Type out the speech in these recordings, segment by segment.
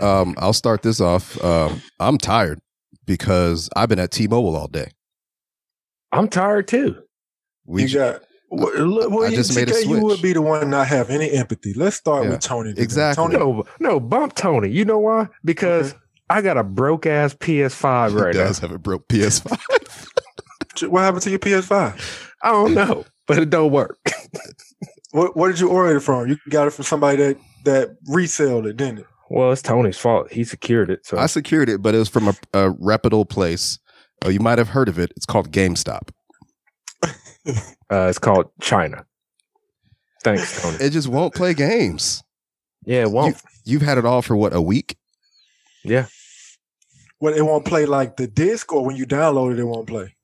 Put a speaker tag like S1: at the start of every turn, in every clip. S1: Um, I'll start this off. Um, I'm tired because I've been at T-Mobile all day.
S2: I'm tired too.
S1: We
S3: you got. Well, look, well,
S1: I
S3: you,
S1: just made a
S3: TK, You
S1: switch.
S3: would be the one not have any empathy. Let's start
S1: Yeah,
S3: with Tony. today.
S1: exactly.
S3: Tony,
S2: No, no, bump Tony. You know why? Because I got a broke ass PS5
S1: he
S2: right now.
S1: does have a broke PS5.
S3: what happened to your PS5?
S2: I don't know, but it don't work.
S3: What, what did you order it from? You got it from somebody that that reselled it, didn't it?
S2: well, it's Tony's fault. He secured it. So
S1: I secured it, but it was from a, a reputable place. Oh, you might have heard of it. It's called GameStop.
S2: uh, it's called China. Thanks, Tony.
S1: It just won't play games.
S2: Yeah, it won't.
S1: You've had it all for what a week.
S3: What it won't play like the disc, or when you download it, it won't play.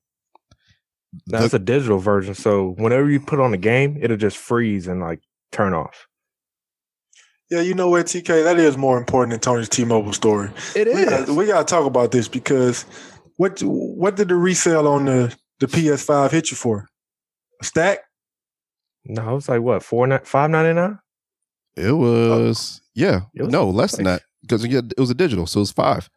S2: That's it's a digital version. So whenever you put on a game, it'll just freeze and like turn off.
S3: Yeah, you know what, TK? That is more important than Tony's T-Mobile story.
S2: It
S3: We gotta, we gotta talk about this because what what did the resale on the the PS5 hit you for? A stack?
S2: No, it's like what four nine five ninety nine.
S1: It was yeah,
S2: It was-
S1: no less than
S2: like-
S1: that because it was a digital, so it was five.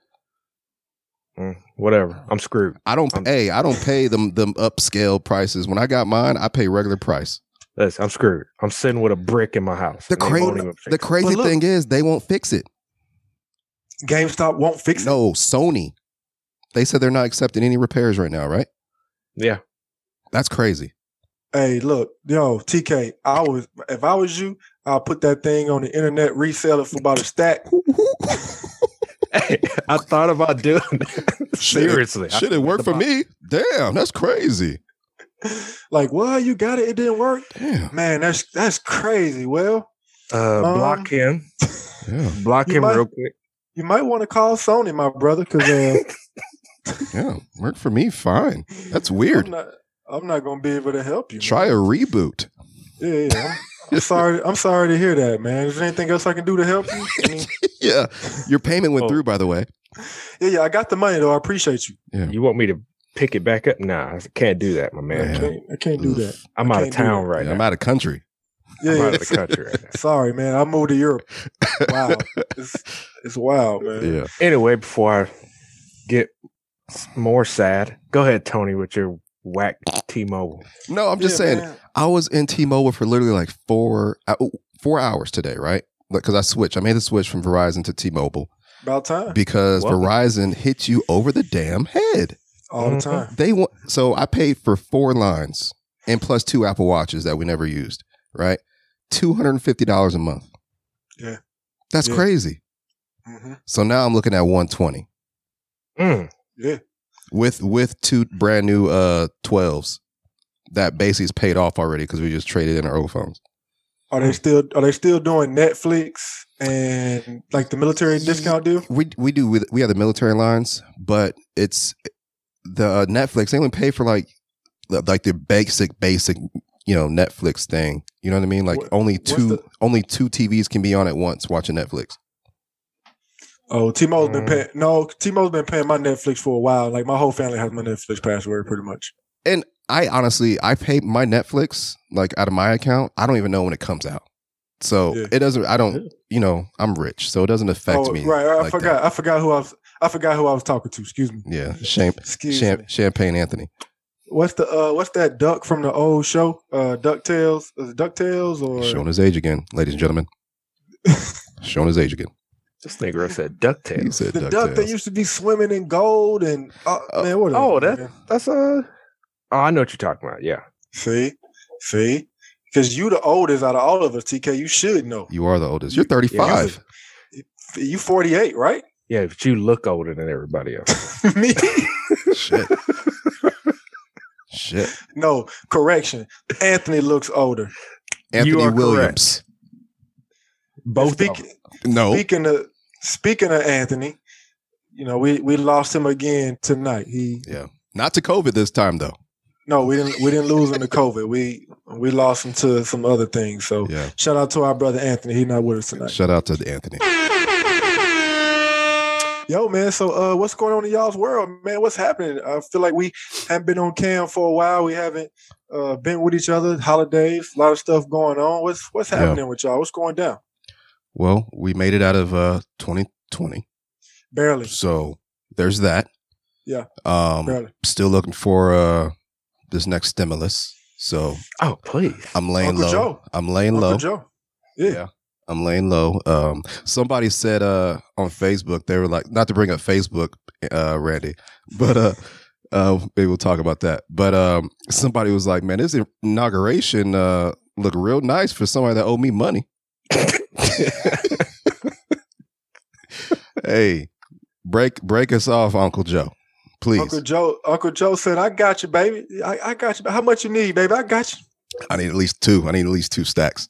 S2: Mm, whatever. I'm screwed.
S1: I don't
S2: I'm-
S1: pay. I don't pay them them upscale prices. When I got mine, I pay regular price.
S2: Listen, I'm screwed. I'm sitting with a brick in my house.
S1: The
S2: and they won't
S1: cra-
S2: even fix
S1: The
S2: it.
S1: crazy
S3: But look-
S1: thing is, they won't fix it.
S3: GameStop won't fix it.
S1: No, Sony. They said they're not accepting any repairs right now, right?
S2: yeah.
S1: That's crazy.
S3: Hey, look, yo, TK, I was if I was you, I'll put that thing on the internet, resell it for about a stack.
S2: I thought about doing that. Seriously. I
S1: Shit, it worked for
S2: thought about-
S1: me. Damn, that's crazy.
S3: like, well, you got it, it didn't work.
S1: Damn.
S3: Man, that's that's crazy. Well,
S2: Uh,
S3: Um,
S2: block him.
S1: Yeah.
S2: Block
S3: you
S2: him
S3: might-
S2: real quick.
S3: you might want to call Sony, my brother, because uh,
S1: Yeah. Worked for me. Fine. That's weird.
S3: I'm not, I'm not gonna be able to help you. man.
S1: Try a reboot.
S3: Yeah, yeah. I'm, I'm sorry. I'm sorry to hear that, man. Is there anything else I can do to help you? I mean,
S1: yeah. Your payment went
S2: Oh.
S1: through, by the way.
S3: yeah, yeah. I got the money though. I appreciate you.
S2: You want me to pick it back up? Nah, I can't do that, my man.
S1: Yeah.
S3: I can't, I can't do
S1: Oof.
S3: that.
S2: I'm out of
S3: can't do
S2: town
S3: that.
S2: right
S1: I'm
S2: now.
S1: out of country.
S3: Yeah,
S2: I'm out
S3: yeah.
S2: of the country right now.
S3: Sorry, man. I moved to Europe. Wow, it's, it's wild, man.
S1: Yeah.
S2: Anyway, before I get s- more sad, go ahead, Tony, with your whack T-Mobile.
S1: No, I'm just
S3: Yeah,
S1: saying.
S3: man.
S1: I was in T-Mobile for literally like four uh, oh, four hours today, right? Because I switched. I made the switch from Verizon to T-Mobile
S3: About time.
S1: because
S2: Welcome.
S1: Verizon hits you over the damn head.
S3: All the
S2: Mhm.
S3: time.
S1: They want so I paid for four lines and plus two Apple Watches that we never used, right? Two hundred and fifty dollars a month.
S3: Yeah.
S1: that's
S3: Yeah.
S1: crazy.
S3: hmm
S1: So now I'm looking at one twenty
S2: Mm,
S3: Yeah.
S1: with with two brand new uh twelves that basically is paid off already because we just traded in our old phones.
S3: Are they still Are they still doing Netflix and like the military discount deal?
S1: we we do with we have the military lines, but it's the uh, Netflix. They only pay for like the- like the basic basic you know Netflix thing. You know what I mean? Like
S3: What-
S1: only
S3: what's
S1: two
S3: the-
S1: only two TVs can be on at once watching Netflix.
S3: Oh, T-Mo's been
S1: Mm-hmm.
S2: Mm.
S3: paying. No, T-Mo's been paying my Netflix for a while. Like my whole family has my Netflix password, pretty much.
S1: And I honestly, I pay my Netflix like out of my account. I don't even know when it comes out, so
S3: Yeah.
S1: it doesn't. I
S3: Yeah.
S1: don't. You know, I'm rich, so it doesn't affect
S3: oh,
S1: me.
S3: right. I
S1: like that.
S3: forgot. I forgot who I was. I forgot who I was talking to. Excuse me.
S1: Yeah, Champ,
S3: Excuse
S1: Champ,
S3: me.
S1: Champagne Anthony.
S3: What's the uh What's that duck from the old show? Uh, Ducktales. Is it Ducktales or
S1: Showing his age again, ladies and gentlemen. Showing his age again.
S2: this nigga said
S1: He
S2: DuckTales.
S1: said
S3: the duck that
S1: DuckTales.
S3: used to be swimming in gold and uh,
S1: Uh,
S3: man, what? are
S2: oh,
S3: they,
S2: that-
S3: man?
S2: That's uh Oh, I know what you're talking about. Yeah.
S3: See, see, because you the oldest out of all of us, TK. You should know.
S1: You are the oldest. You're 35.
S3: You forty eight, right?
S2: Yeah, but you look older than everybody else.
S3: me?
S1: Shit. Shit.
S3: No, correction. Anthony looks older.
S1: Anthony
S2: are
S1: Williams.
S2: Both of
S3: Speak-
S2: them.
S1: No.
S3: Speaking of speaking of Anthony, you know we we lost him again tonight. He
S1: Not to COVID this time though.
S3: no, we didn't we didn't lose him to COVID. We we lost him to some other things. So
S1: Yeah.
S3: shout out to our brother Anthony. He's not with us tonight.
S1: Shout out to Anthony.
S3: Yo, man. So uh, what's going on in y'all's world, man? What's happening? I feel like we haven't been on cam for a while. We haven't uh, been with each other. Holidays, a lot of stuff going on. What's what's
S1: Yeah.
S3: happening with y'all? What's going down?
S1: Well, we made it out of uh 20 twenty.
S3: barely,
S1: So there's that.
S3: Yeah.
S1: Um,
S3: barely.
S1: still looking for uh this next stimulus. So
S2: Oh, please.
S1: I'm laying
S3: Uncle
S1: low.
S3: Joe.
S1: I'm laying
S3: Uncle
S1: low.
S3: Joe. Yeah.
S1: Yeah. I'm laying low. Um, somebody said uh on Facebook they were like not to bring up Facebook, uh, Randy, but uh, uh, maybe we'll talk about that. But um, somebody was like, man, this inauguration uh looked real nice for somebody that owed me money. hey, break break us off, Uncle Joe, please.
S3: Uncle Joe. Uncle Joe said, "I got you, baby. I, I got you. How much you need, baby? I got you.
S1: I need at least two. I need at least two stacks.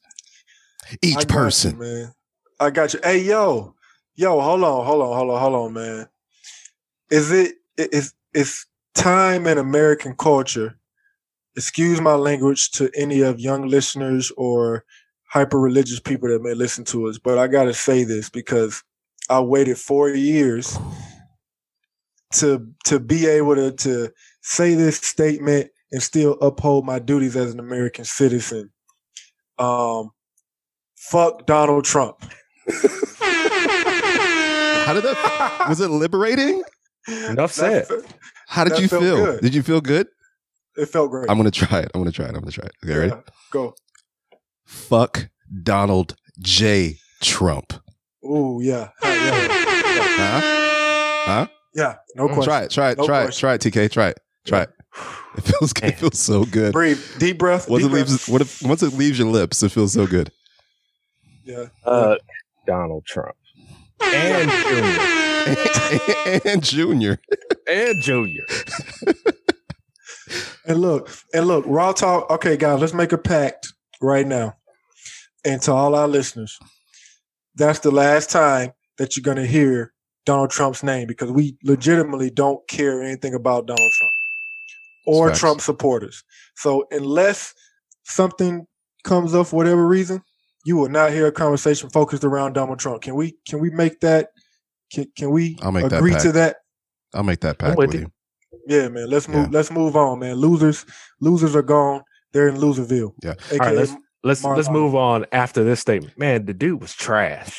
S3: I
S1: Each
S3: got you,
S1: person.
S3: man. I got you. Hey, yo, yo, hold on, hold on, hold on, hold on, man. Is it it- it's it's time in American culture? Excuse my language to any of young listeners or hyper religious people that may listen to us, but I gotta say this because I waited four years to to be able to to say this statement and still uphold my duties as an American citizen. Um, fuck Donald Trump.
S1: How did that? Was it liberating?
S2: Enough said.
S3: That fe-
S1: How did
S3: That
S1: you feel?
S3: felt good.
S1: Did you feel good?
S3: It felt great.
S1: I'm gonna try it. I'm gonna try it. I'm gonna try it. Okay, ready?
S3: Yeah, Go.
S1: Fuck Donald J. Trump.
S3: Ooh, yeah. Yeah, yeah.
S1: Huh?
S3: Yeah, no
S2: Mm.
S3: question.
S1: Try it. Try it.
S3: No
S1: try
S3: question.
S1: it. Try it. TK. Try it. Try it. It feels good. It
S2: Man.
S1: feels so good.
S3: Breathe. Deep breath.
S1: Once it
S3: deep breath.
S1: leaves, what if, once it leaves your lips, it feels so good.
S3: Yeah.
S2: Uh, Donald Trump. And Junior.
S1: and Junior,
S2: And Junior.
S3: And look, and look, raw talk. Okay, guys, let's make a pact right now. And to all our listeners, that's the last time that you're gonna hear Donald Trump's name because we legitimately don't care anything about Donald Trump or
S1: Facts.
S3: Trump supporters. So unless something comes up for whatever reason, you will not hear a conversation focused around Donald Trump. Can we can we make that can, can we
S1: I'll make that
S3: agree to
S1: pact.
S3: that?
S1: I'll make that pact
S2: with
S1: with
S2: you.
S1: you.
S3: Yeah, man. Let's
S1: Yeah.
S3: move. Let's move on, man. Losers, losers are gone. They're in Loserville.
S1: Yeah.
S3: AKA,
S2: All right, let's- Let's
S3: Mar-
S2: let's move on after this statement. Man, the dude was trash.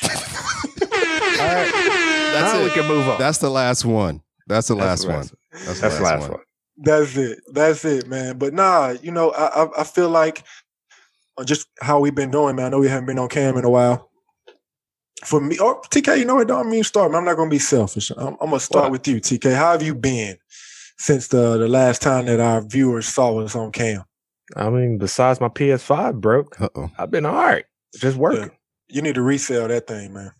S1: That's
S2: now we
S1: it.
S2: can move on.
S1: That's the last one. That's the
S2: That's
S1: last
S2: the
S1: one. That's the
S2: That's the last
S1: last
S2: one.
S1: one.
S3: that's it. That's it, man. But nah, you know, I I, I feel like uh, just how we've been doing, man. I know we haven't been on cam in a while. For me, oh TK, you know what? Don't mean start. Man. I'm not gonna be selfish. I'm, I'm gonna start
S2: What?
S3: with you, TK. How have you been since the the last time that our viewers saw us on cam?
S2: I mean, besides my PS5 broke,
S1: Uh oh.
S2: I've been all right. Just working.
S3: You need to resell that thing, man.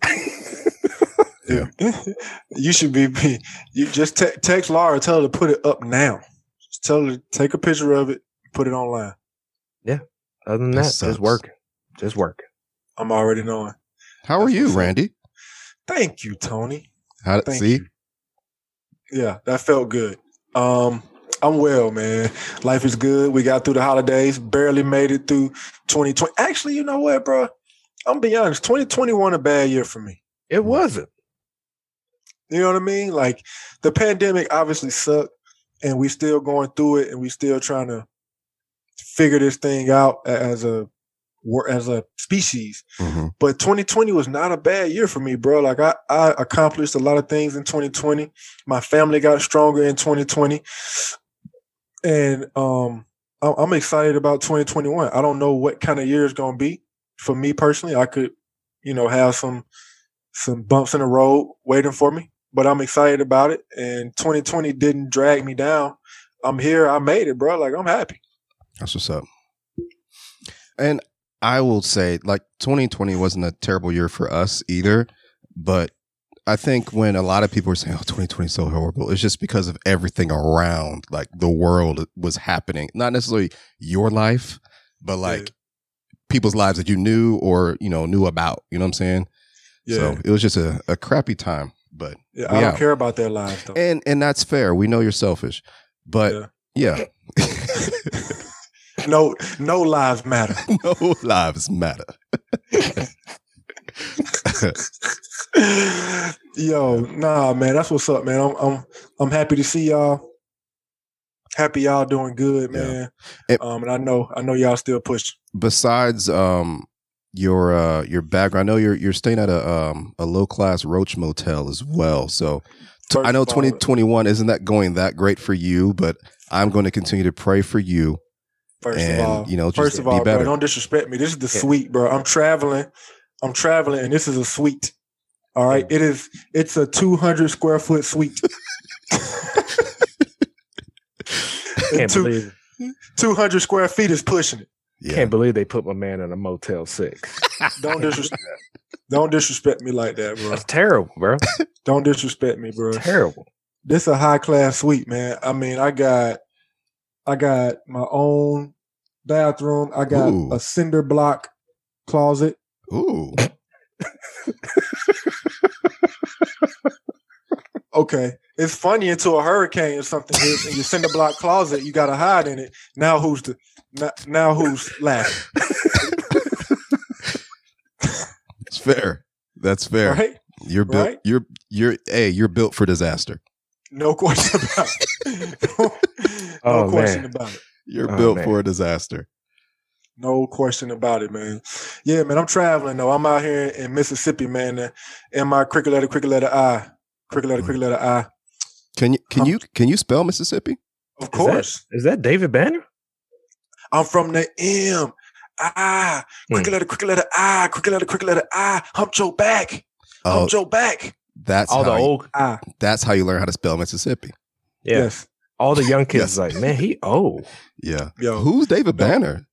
S1: Yeah.
S3: you should be, be- you just te- text Laura, tell her to put it up now. Just tell her to take a picture of it, put it online.
S2: Other than
S1: That
S2: that,
S1: sucks.
S2: just working. Just working.
S3: I'm already knowing.
S1: How are
S3: That's
S1: you,
S3: what's up.
S1: Randy?
S3: Thank you, Tony.
S1: How
S3: Thank
S1: see?
S3: you. Yeah, that felt good. Um, I'm well, man. Life is good. We got through the holidays, barely made it through 2020. Actually, you know what, bro? I'm gonna be honest. 2021 a bad year for me.
S2: It
S1: Mm.
S2: wasn't.
S3: You know what I mean? Like the pandemic obviously sucked, and we still going through it, and we still trying to figure this thing out a- as a wor- as a species.
S1: Mhm.
S3: But 2020 was not a bad year for me, bro. Like I, I accomplished a lot of things in 2020. My family got stronger in 2020, and um, I- I'm excited about 2021. I don't know what kind of year it's gonna be for me personally. I could, you know, have some some bumps in the road waiting for me, but I'm excited about it. And 2020 didn't drag me down. I'm here. I made it, bro. Like I'm happy.
S1: That's what's up. And I will say, like, 2020 wasn't a terrible year for us either. But I think when a lot of people are saying, oh, 2020 is so horrible, it's just because of everything around, like, the world was happening. Not necessarily your life, but like people's lives that you knew or, you know, knew about. You know what I'm saying?
S3: Yeah,
S1: So it was just a, a crappy time. But,
S3: yeah.
S1: we
S3: I don't
S1: out.
S3: care about their lives though.
S1: and, and that's fair. We know you're selfish. But yeah,
S3: no, no lives matter.
S1: no lives matter.
S3: Yo, nah, man, that's what's up, man. I'm, I'm, I'm happy to see y'all. Happy y'all doing good,
S1: Yeah.
S3: man.
S1: It-
S3: um, and I know, I know y'all still pushing.
S1: besides um your uh, your background. I know you're you're staying at a um, a low class roach motel as well. So t-
S3: First
S1: I know
S3: of all,
S1: twenty twenty one isn't that going that great for you, but I'm going to continue to pray for you
S3: First
S1: and
S3: of all,
S1: you know just
S3: first of
S1: be
S3: all, bro,
S1: better.
S3: don't disrespect me. This is the
S2: Yeah.
S3: suite, bro. I'm traveling. I'm traveling, and this is a suite. All right, it is. It's a 200 square foot suite.
S2: Can't
S3: Two-
S2: believe
S3: 200 square feet is pushing it.
S1: yeah,
S2: can't believe they put my man in a Motel Six.
S3: Don't disrespect. don't disrespect me like that, bro.
S2: That's terrible, bro.
S3: Don't disrespect me, bro.
S2: terrible.
S3: This a high class suite, man. I mean, I got, I got my own bathroom. I got
S1: Ooh.
S3: a cinder block closet.
S1: ooh,
S3: Okay. It's funny until a hurricane or something hits and you send a block closet, you gotta hide in it. Now who's the now, now who's laughing?
S1: it's fair. That's fair.
S3: Right?
S1: You're built.
S3: Right?
S1: You're you're hey. You're built for disaster.
S3: No question about it. No,
S2: Oh,
S3: question
S2: man.
S3: about it.
S1: You're
S2: Oh,
S1: built
S2: man.
S1: for a disaster.
S3: No question about it, man. Yeah, man, I'm traveling though. I'm out here in Mississippi, man, uh, in my cricket letter, cricket letter I. Cricket letter, cricket letter I.
S1: Can you can
S3: Huh.
S1: you can you spell Mississippi?
S3: Of course.
S2: Is that David Banner?
S3: I'm from the M. Ah, cricket
S2: Hmm.
S3: letter, cricket letter I, cricket letter, cricket letter I, hump your back,
S1: Oh,
S3: hump your back.
S1: that's
S2: all the
S1: how you,
S2: old,
S3: Ah,
S1: that's how you learn how to spell Mississippi.
S2: yeah,
S3: yes.
S2: all the young
S1: Yes.
S2: kids like, man, he old,
S1: Yeah.
S2: Oh.
S3: Yo.
S1: Who's David
S3: No.
S1: Banner?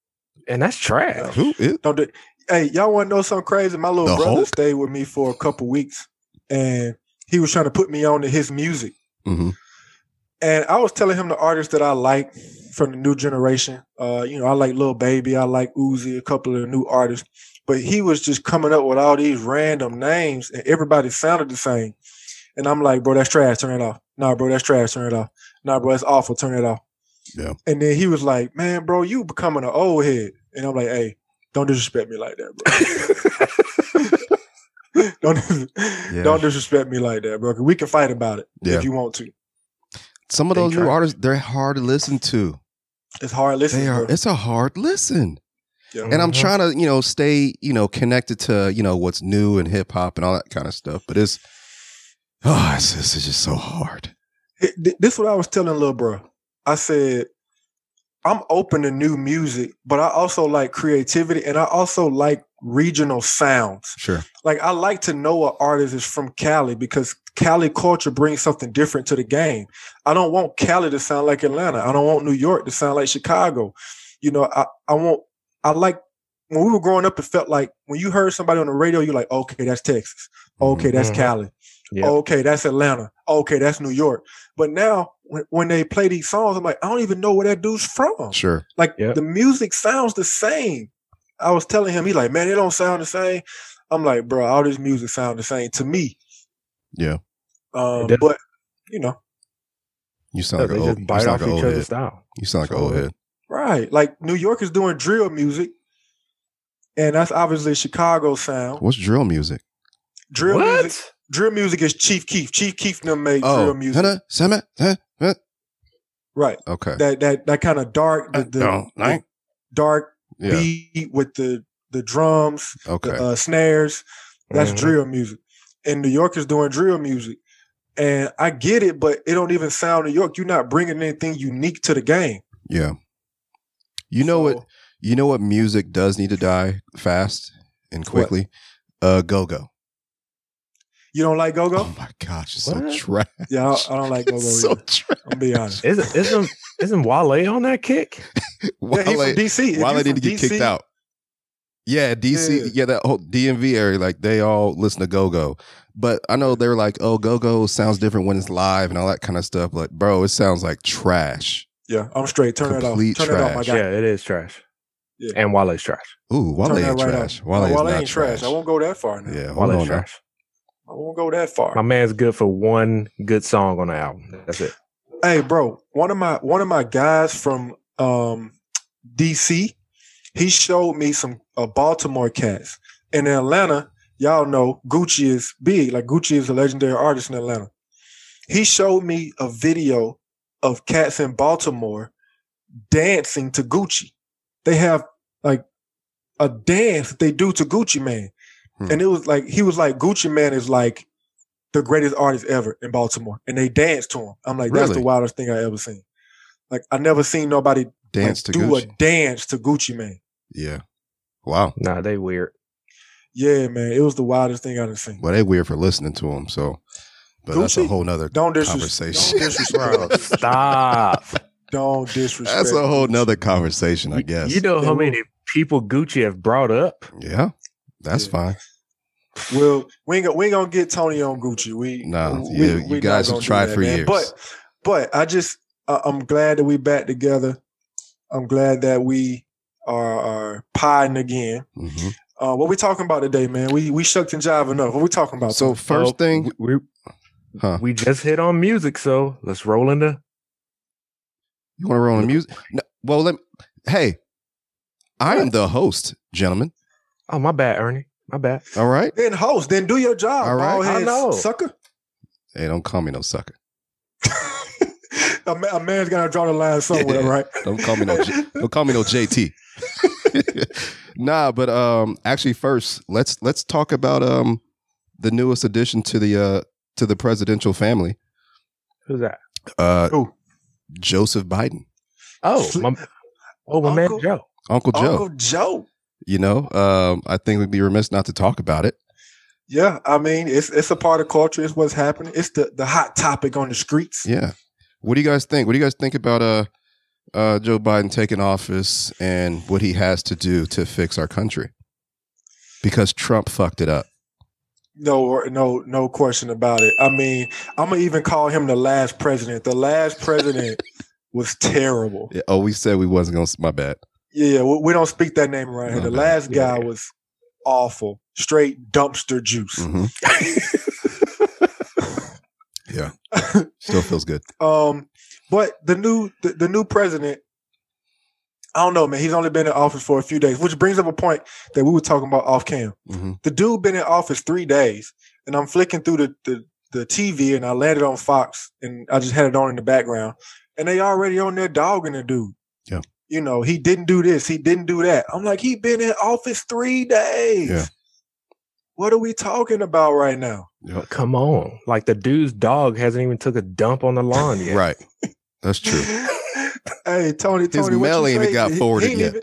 S2: and that's trash.
S1: Who is?
S3: Don't do. Hey, y'all want to know something crazy? My little
S1: The
S3: brother
S1: Hulk?
S3: stayed with me for a couple weeks, and he was trying to put me on to his music.
S1: hmm
S3: And I was telling him the artists that I like from the new generation. Uh, you know, I like Lil Baby, I like Uzi, a couple of the new artists. But he was just coming up with all these random names, and everybody sounded the same. And I'm like, bro, that's trash. Turn it off. Nah, bro, that's trash. Turn it off. Nah, bro, that's awful. Turn it off.
S1: Yeah.
S3: And then he was like, man, bro, you becoming an old head. And I'm like, hey, don't disrespect me like that, bro. don't dis-
S1: Yeah.
S3: don't disrespect me like that, bro. 'cause We can fight about it
S1: Yeah.
S3: if you want to.
S1: Some of
S2: They
S1: those new
S2: try.
S1: artists, they're hard to listen to.
S3: It's hard listening.
S1: They are.
S3: bro.
S1: It's a hard listen,
S3: Yeah.
S1: and I'm
S2: Mhm.
S1: trying to, you know, stay, you know, connected to, you know, what's new and hip hop and all that kind of stuff. But it's, oh, it's, it's just so hard.
S3: It- th- this is what I was telling Lil Bro. I said, I'm open to new music, but I also like creativity and I also like regional sounds.
S1: Sure.
S3: Like I like to know an artist is from Cali because Cali culture brings something different to the game. I don't want Cali to sound like Atlanta. I don't want New York to sound like Chicago. You know, I, I want I like when we were growing up, it felt like when you heard somebody on the radio, you're like, okay, that's Texas. Okay, that's
S2: Mhm.
S3: Cali.
S2: Yep.
S3: Okay, that's Atlanta. Okay, that's New York. But now when, when they play these songs, I'm like, I don't even know where that dude's from.
S1: Sure.
S3: Like
S2: Yep.
S3: the music sounds the same. I was telling him, he like, man, it don't sound the same. I'm like, bro, all this music sound the same to me.
S1: Yeah.
S3: Um,
S2: It does.
S3: but you know,
S1: You sound
S2: No,
S1: like
S2: they
S1: an old.
S2: just
S1: You
S2: bite
S1: sound like
S2: off
S1: an
S2: each
S1: old
S2: other's
S1: head.
S2: style.
S1: You sound like an
S2: So
S1: old
S2: it-
S1: head.
S3: right? Like New York is doing drill music, and that's obviously Chicago sound.
S1: What's drill music?
S3: Drill
S2: what?
S3: music, drill music is Chief Keef. Chief Keef and them made
S1: Oh,
S3: drill music,
S1: huh, huh, huh, huh.
S3: right?
S1: okay.
S3: That that that kind of dark, the, the,
S1: Don't like-
S3: the dark
S1: Yeah.
S3: beat with the the drums,
S1: Okay.
S3: the uh, snares. That's
S1: Mm-hmm.
S2: Mhm.
S3: drill music. And New York is doing drill music. And I get it, but it don't even sound New York. You're not bringing anything unique to the game.
S1: Yeah. You know what?
S3: So,
S1: You know what music does need to die fast and quickly? Uh go go.
S3: You don't like go-go?
S1: Oh my gosh, it's
S2: What?
S1: so trash.
S3: Yeah, I don't, I don't like go-go
S1: It's so
S3: either.
S1: trash.
S3: I'm be honest.
S2: Isn't isn't isn't Wale on that kick?
S1: Why
S3: Yeah, he's
S1: they
S3: from DC. If
S1: why
S3: you
S1: they need
S3: from
S1: to get kicked
S3: DC,
S1: out? Yeah, DC, yeah.
S3: Yeah.
S1: that whole DMV area, like they all listen to Go Go. But I know they're like, oh, Go Go sounds different when it's live and all that kind of stuff. Like, bro, it sounds like trash.
S3: Yeah, I'm straight. Turn it off. Turn
S1: Complete
S3: it off, my
S1: trash.
S3: guy.
S2: Yeah, it is trash.
S3: Yeah.
S2: And Wale's trash.
S1: Ooh, Wale
S3: Turn that
S1: ain't
S3: right
S1: trash.
S3: off.
S1: Wale,
S3: No,
S1: is not
S3: ain't trash. I won't go that far now.
S1: Yeah, hold
S2: Wale's
S1: on now.
S2: trash.
S3: I won't go that far.
S2: My man's good for one good song on the album. That's it.
S3: Hey, bro, one of my one of my guys from um, DC, he showed me some uh, Baltimore cats. And in Atlanta, y'all know Gucci is big. Like Gucci is a legendary artist in Atlanta. He showed me a video of cats in Baltimore dancing to Gucci. They have like a dance that they do to Gucci Man,
S1: Hmm.
S3: and it was like he was like Gucci Man is like the greatest artist ever in Baltimore, and they danced to him. I'm like, that's
S1: Really?
S3: the wildest thing I ever seen. Like I never seen nobody like,
S1: Dance to
S3: do
S1: Gucci.
S3: a dance to Gucci Man.
S1: yeah. Wow.
S2: Nah, they weird.
S3: Yeah, man, it was the wildest thing I done seen.
S1: Well, they weird for listening to him. So, but that's a
S3: Gucci?
S1: whole nother.
S3: Don't disrespect.
S1: Conversation.
S3: Don't disrespect.
S2: Stop.
S3: don't disrespect.
S1: That's a whole
S3: Gucci.
S1: nother conversation, I
S2: You-
S1: guess.
S2: You know
S3: They
S2: how
S3: will.
S2: many people Gucci have brought up?
S1: yeah. That's
S3: Yeah.
S1: fine.
S3: Well, we ain't, go- we ain't gonna get Tony on Gucci. We
S1: Nah,
S3: we-
S1: you-
S3: we
S1: you
S3: not
S1: guys
S3: gonna
S1: have
S3: do
S1: tried
S3: that,
S1: for
S3: man.
S1: years.
S3: But but I just I- I'm glad that we back together. I'm glad that we are, are podding again.
S1: hmm
S3: Uh, what we talking about today, man? We we shucked and jive enough. What we talking about?
S1: So first
S2: Oh,
S1: thing,
S2: we, we-
S1: Huh.
S2: we just hit on music, so let's roll into.
S1: you want to roll the music? No, well, let. Me, hey, I am the host, gentlemen.
S2: Oh my bad, Ernie. My bad.
S1: All right.
S3: then host, then do your job.
S1: All right.
S3: bald
S2: I
S3: head
S2: know.
S3: sucker.
S1: Hey, don't call me no sucker.
S3: a, ma- a man's gotta draw the line somewhere,
S1: Yeah.
S3: right?
S1: Don't call me no J- Don't call me no JT. nah, but um, actually, first let's let's talk about um the newest addition to the uh to the presidential family,
S2: Who's that?
S1: uh,
S3: Who?
S1: Joseph Biden,
S2: Oh, my, oh my
S3: Uncle-
S2: man Joe.
S1: Uncle Joe.
S3: Uncle Joe.
S1: You know, um, I think we'd be remiss not to talk about it.
S3: Yeah, I mean it's it's a part of culture. It's what's happening. It's the the hot topic on the streets.
S1: Yeah. What do you guys think? What do you guys think about uh, uh, Joe Biden taking office and what he has to do to fix our country? Because Trump fucked it up.
S3: No, no, no question about it. I mean, I'm gonna even call him the last president. The last president was terrible.
S1: Yeah, Oh, we said we wasn't gonna. My bad.
S3: Yeah, we, we don't speak that name around here. The
S1: Okay.
S3: last guy
S2: Yeah.
S3: was awful, straight dumpster juice.
S1: hmm yeah, still feels good.
S3: Um, but the new the, the new president, I don't know, man. He's only been in office for a few days, which brings up a point that we were talking about off cam.
S1: hmm
S3: The dude been in office three days, and I'm flicking through the the, the TV, and I landed on Fox, and I just had it on in the background, and they already on there dogging the dude.
S1: Yeah.
S3: You know, he didn't do this, he didn't do that. I'm like, he been in office three days.
S1: Yeah.
S3: What are we talking about right now?
S1: Yep.
S2: Come on, like the dude's dog hasn't even took a dump on the lawn yet.
S1: Right, that's true.
S3: hey, Tony, Tony, what
S1: mail
S3: you
S1: ain't even
S3: say?
S1: got
S3: He- he
S1: forwarded
S3: ain't
S1: yet.
S3: even-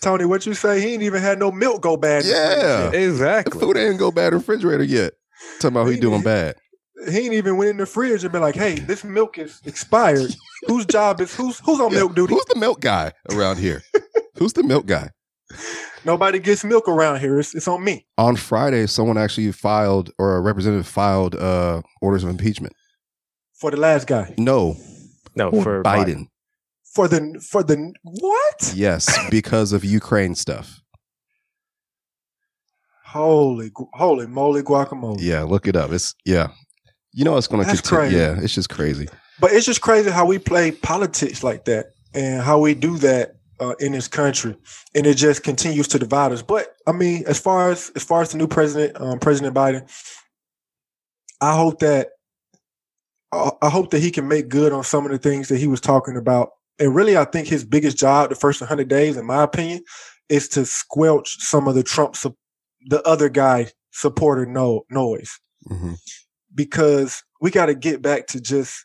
S3: Tony, what you say? He ain't even had no milk go bad. this
S1: Yeah.
S3: week
S1: The
S2: Exactly.
S1: food ain't go bad in the refrigerator yet. Talking about he doing bad.
S3: yet. He ain't even went in the fridge and been like, "Hey, this milk is expired. whose job is who's who's on
S1: Yeah.
S3: milk duty?
S1: Who's the Oh, milk guy around here? Who's the milk guy?
S3: Nobody gets milk around here. It's, it's on me."
S1: on Friday, someone actually filed or a representative filed uh, orders of impeachment.
S3: For the last guy,
S1: No,
S2: No,
S1: for Biden.
S3: for the for the what?
S1: Yes, because of Ukraine stuff.
S3: Holy gu- holy moly guacamole!
S1: Yeah, look it up. It's yeah. You know it's going to
S3: That's
S1: continue.
S3: crazy.
S1: Yeah, it's just crazy.
S3: But it's just crazy how we play politics like that and how we do that uh, in this country, and it just continues to divide us. But I mean, as far as as far as the new president, um, President Biden, I hope that I I hope that he can make good on some of the things that he was talking about. And really, I think his biggest job, the first 100 days, in my opinion, is to squelch some of the Trump, sup- the other guy supporter no noise
S1: hmm
S3: because we got to get back to just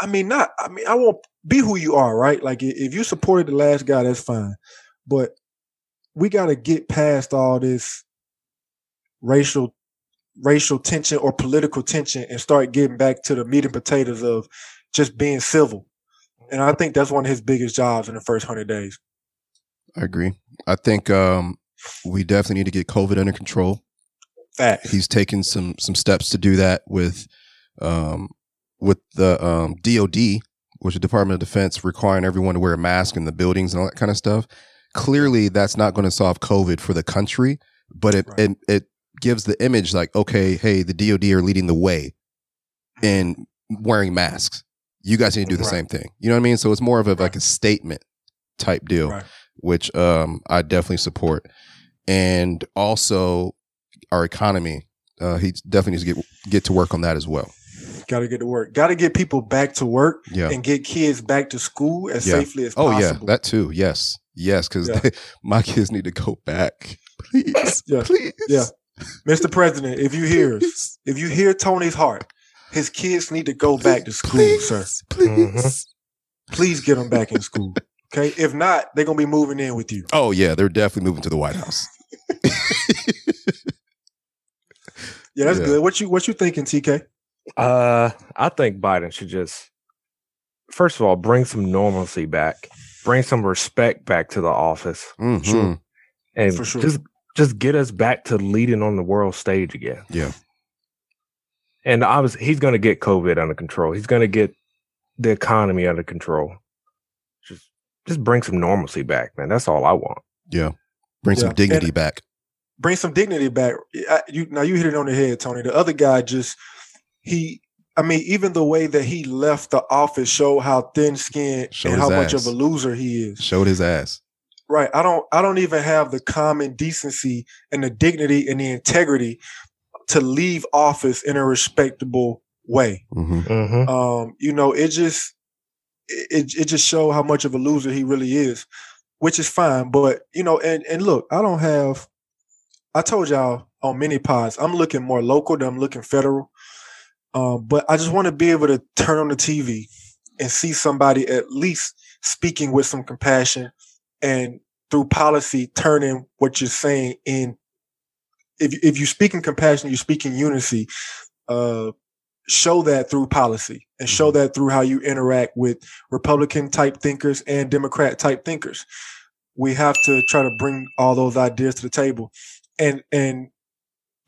S3: i mean not i mean i won't be who you are right like i- if you supported the last guy that's fine but we got to get past all this racial racial tension or political tension and start getting back to the meat and potatoes of just being civil and i think that's one of his biggest jobs in the first 100 days
S1: I agree. I think um, we definitely need to get COVID under control.
S3: fact
S1: He's taken some some steps to do that with um, with the um, DoD, which is Department of Defense, requiring everyone to wear a mask in the buildings and all that kind of stuff. Clearly, that's not going to solve COVID for the country, but it
S3: Right.
S1: it, it gives the image like, okay, hey, the DoD are leading the way in wearing masks. You guys need to do the
S3: Hmm. Right.
S1: same thing. You know what I mean? So it's more of a, like
S3: Right.
S1: a statement type deal
S3: right
S1: which um, I definitely support, and also our economy. Uh, he definitely needs to get get to work on that as well.
S3: got to get to work got to get people back to work
S1: Yeah.
S3: and get kids back to school as
S1: Yeah.
S3: safely as
S1: Oh
S3: possible
S1: yeah, that too. Yes, Yes, because
S3: Yeah.
S1: my kids need to go back. Please,
S3: Yeah.
S1: please.
S3: Yeah. Mr. President, if you hear us, if you hear Tony's heart, his kids need to go back to school,
S1: please,
S3: sir. Mm-hmm.
S1: Please.
S3: Please get them back in school. Okay. If not, they're gonna be moving in with you.
S1: Oh yeah, they're definitely moving to the White House.
S3: Yeah, that's
S1: Yeah.
S3: good. What you what you thinking, TK?
S2: Uh, I think Biden should just, first of all, bring some normalcy back, bring some respect back to the office,
S1: Mhm.
S3: Sure.
S2: and
S3: For sure.
S2: just just get us back to leading on the world stage again.
S1: Yeah.
S2: And I was, he's going to get COVID under control. He's going to get the economy under control. Just, just bring some normalcy back, man. That's all I want.
S1: Yeah. Bring
S3: Yeah.
S1: some dignity back.
S3: Bring some dignity back. I, you now you hit it on the head, Tony. The other guy just he. I mean, even the way that he left the office showed how thin skinned
S1: Showed
S3: and how
S1: his
S3: much of
S1: ass.
S3: a loser he is.
S1: Showed his ass.
S3: Right. I don't I don't even have the common decency and the dignity and the integrity to leave office in a respectable way.
S1: hmm
S2: Mm-hmm.
S3: Um, you know, it just it it just showed how much of a loser he really is, which is fine. But you know, and and look, I don't have I told y'all on many pods, I'm looking more local than I'm looking federal. Um, but I just want to be able to turn on the TV and see somebody at least speaking with some compassion and through policy turning what you're saying in if if you speak in compassion, you speak in unity, uh show that through policy and show that through how you interact with Republican type thinkers and Democrat type thinkers. We have to try to bring all those ideas to the table. And and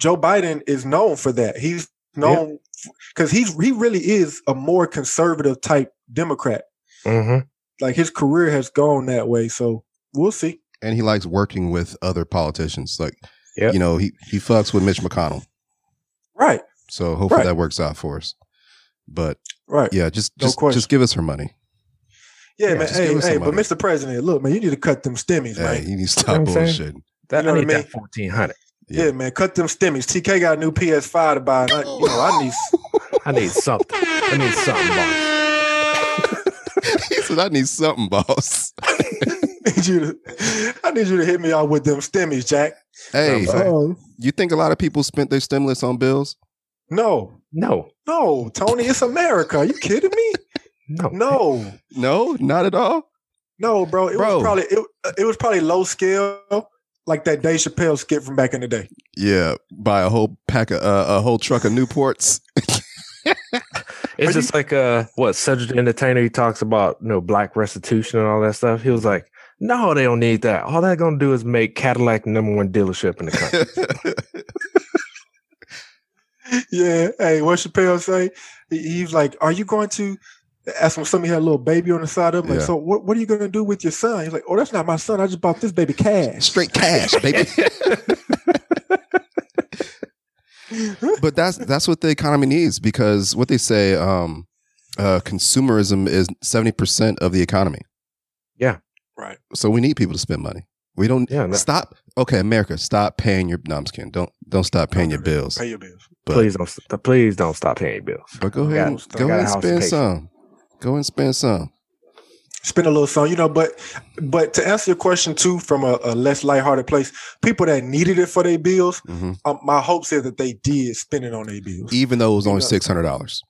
S3: Joe Biden is known for that. He's known because he's he really is a more conservative type Democrat.
S2: Mm-hmm.
S3: Like his career has gone that way. So we'll see.
S1: And he likes working with other politicians. Like,
S2: Yep.
S1: you know, he, he fucks with Mitch McConnell.
S3: Right.
S1: So hopefully
S3: Right.
S1: that works out for us. But
S3: Right.
S1: yeah, just
S3: No
S1: just,
S3: question.
S1: just give us her money.
S3: Yeah,
S1: Yeah,
S3: man.
S1: just
S3: Hey,
S1: give us
S3: hey,
S1: some
S3: but
S1: money.
S3: Mr. President, look, man, you need to cut them stimmies,
S1: Hey,
S3: man.
S1: you need to stop
S2: what I'm saying?
S1: bullshitting.
S2: That,
S3: You know
S2: I
S3: what
S2: need
S3: I
S2: that 1400.
S1: yeah.
S3: Yeah. man, cut them stimmies. TK got a new PS5 to buy. And I, you know, I need.
S2: I need something. I need something, boss.
S1: he said, I need something, boss.
S3: need you to, I need you to hit me out with them stimmies, Jack.
S1: Hey,
S2: I'm sorry.
S3: Oh,
S1: you think a lot of people spent their stimulus on bills?
S3: no,
S2: No,
S3: no, Tony, it's America. you kidding me?
S2: no,
S3: No,
S1: No, not at all.
S3: no, bro. It
S1: Bro.
S3: was probably it, uh, it was probably low scale, like that Dave Chappelle skit from back in the day.
S1: Yeah, buy a whole pack of uh, a whole truck of Newports.
S2: It's
S3: Are
S2: just like uh, what Cedric the Entertainer he talks about, you know, black restitution and all that stuff. He was like, "No, they don't need that. All they're gonna do is make Cadillac the number one dealership in the country."
S3: yeah. Hey, what Chappelle say? He, he was like, "Are you going to?" Ask him something. He had a little baby on the side of him. Like,
S1: Yeah.
S3: so what? What are you going to do with your son? He's like, "Oh, that's not my son. I just bought this baby cash."
S1: Straight cash, baby. but that's that's what the economy needs because what they say, um, uh, consumerism is seventy percent of the economy.
S3: right.
S1: So we need people to spend money. We don't
S2: yeah, no,
S1: stop. Okay, America, stop paying your. No, I'm just kidding. Don't don't stop paying your bills.
S3: Pay your bills.
S1: but-
S2: please don't, st- please don't stop paying bills.
S1: But go ahead, and, go
S2: Gotta- gotta
S1: ahead and
S2: house
S1: spend
S2: patient.
S1: some. Go and spend some.
S3: spend a little song, you know. But but to answer your question too, from a, a less lighthearted place, people that needed it for their bills,
S1: hmm
S3: um, my hopes is that they did spend it on their bills.
S1: Even though it was only
S3: Yeah.
S1: six hundred dollars.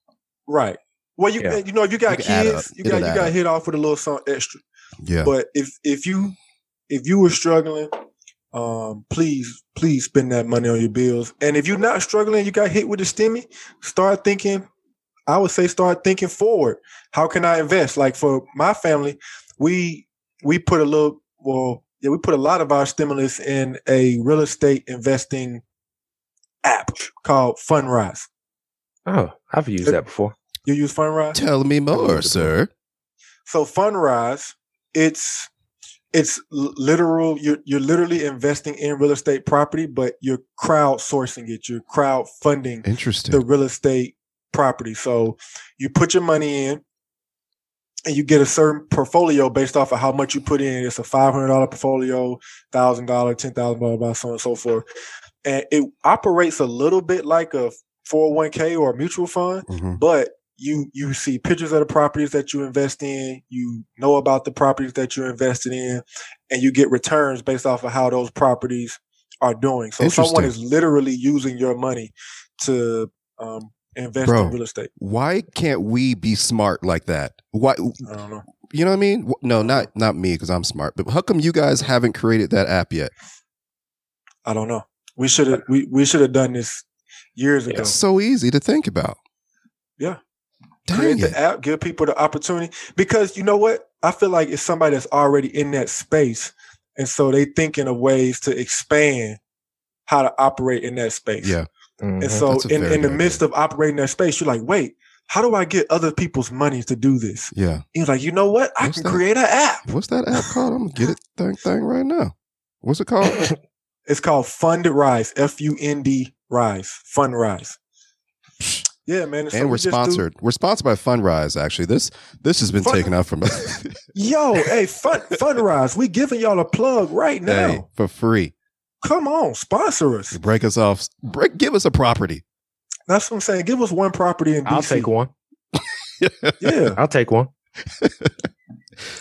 S3: Right. Well, you
S2: Yeah.
S3: you know if you got
S1: You can add
S3: kids,
S1: up.
S3: you got
S1: It'll
S3: you
S1: add
S3: got
S1: up.
S3: hit off with a little something extra.
S1: Yeah.
S3: But if if you if you were struggling, um, please please spend that money on your bills. And if you're not struggling, you got hit with a stimmy, start thinking. I would say start thinking forward. How can I invest? Like for my family, we we put a little well yeah we put a lot of our stimulus in a real estate investing app called Fundrise.
S2: Oh, I've used that before.
S3: You use Fundrise?
S1: Tell me more,
S2: Unbelievable.
S1: sir.
S3: So Fundrise, it's it's l- literal. You're you're literally investing in real estate property, but you're crowdsourcing it. You're crowdfunding the
S1: Interesting.
S3: real estate property. So you put your money in, and you get a certain portfolio based off of how much you put in. It's a five hundred dollar portfolio, thousand dollar, ten thousand, blah blah, blah, so on and so forth. And it operates a little bit like a four hundred one k oh or a mutual fund,
S1: Mhm.
S3: but you you see pictures of the properties that you invest in, you know about the properties that you invested in, and you get returns based off of how those properties are doing. So someone is
S1: Interesting.
S3: literally using your money to um, invest
S1: Bro.
S3: in real estate.
S1: Why can't we be smart like that? Why
S3: I don't know.
S1: you know what I mean? Wh- No, not not me because I'm smart. But how come you guys haven't created that app yet?
S3: I don't know. We should have we, we should have done this years ago.
S1: It's so easy to think about.
S3: Yeah.
S1: Dang
S3: create
S1: it.
S3: the app, give people the opportunity. Because you know what? I feel like it's somebody that's already in that space. And so they thinking of ways to expand how to operate in that space.
S1: Yeah. Mm-hmm.
S2: Mhm.
S3: And so
S1: That's a
S3: in,
S1: very
S3: in the
S1: good
S3: midst of operating that space, you're like, wait, how do I get other people's money to do this?
S1: Yeah.
S3: And you're like, you know what? I
S1: What's
S3: can
S1: that?
S3: create an app.
S1: What's that app called? I'm gonna get it thing thing right now. What's it called?
S3: It's called Fund Rise, F-U-N-D Rise, Fund Rise. Yeah, man. so
S1: and
S3: we
S1: we're
S3: just do-
S1: sponsored. We're sponsored by Fundrise. Actually, this this has been
S3: Fun-
S1: taken up from
S3: Yo, hey, Fund Fundrise, we giving y'all a plug right now.
S1: hey, for free.
S3: Come on, sponsor us.
S1: Break us off. Break. Give us a property.
S3: That's what I'm saying. Give us one property in DC.
S2: I'll take one.
S3: Yeah,
S2: I'll take one.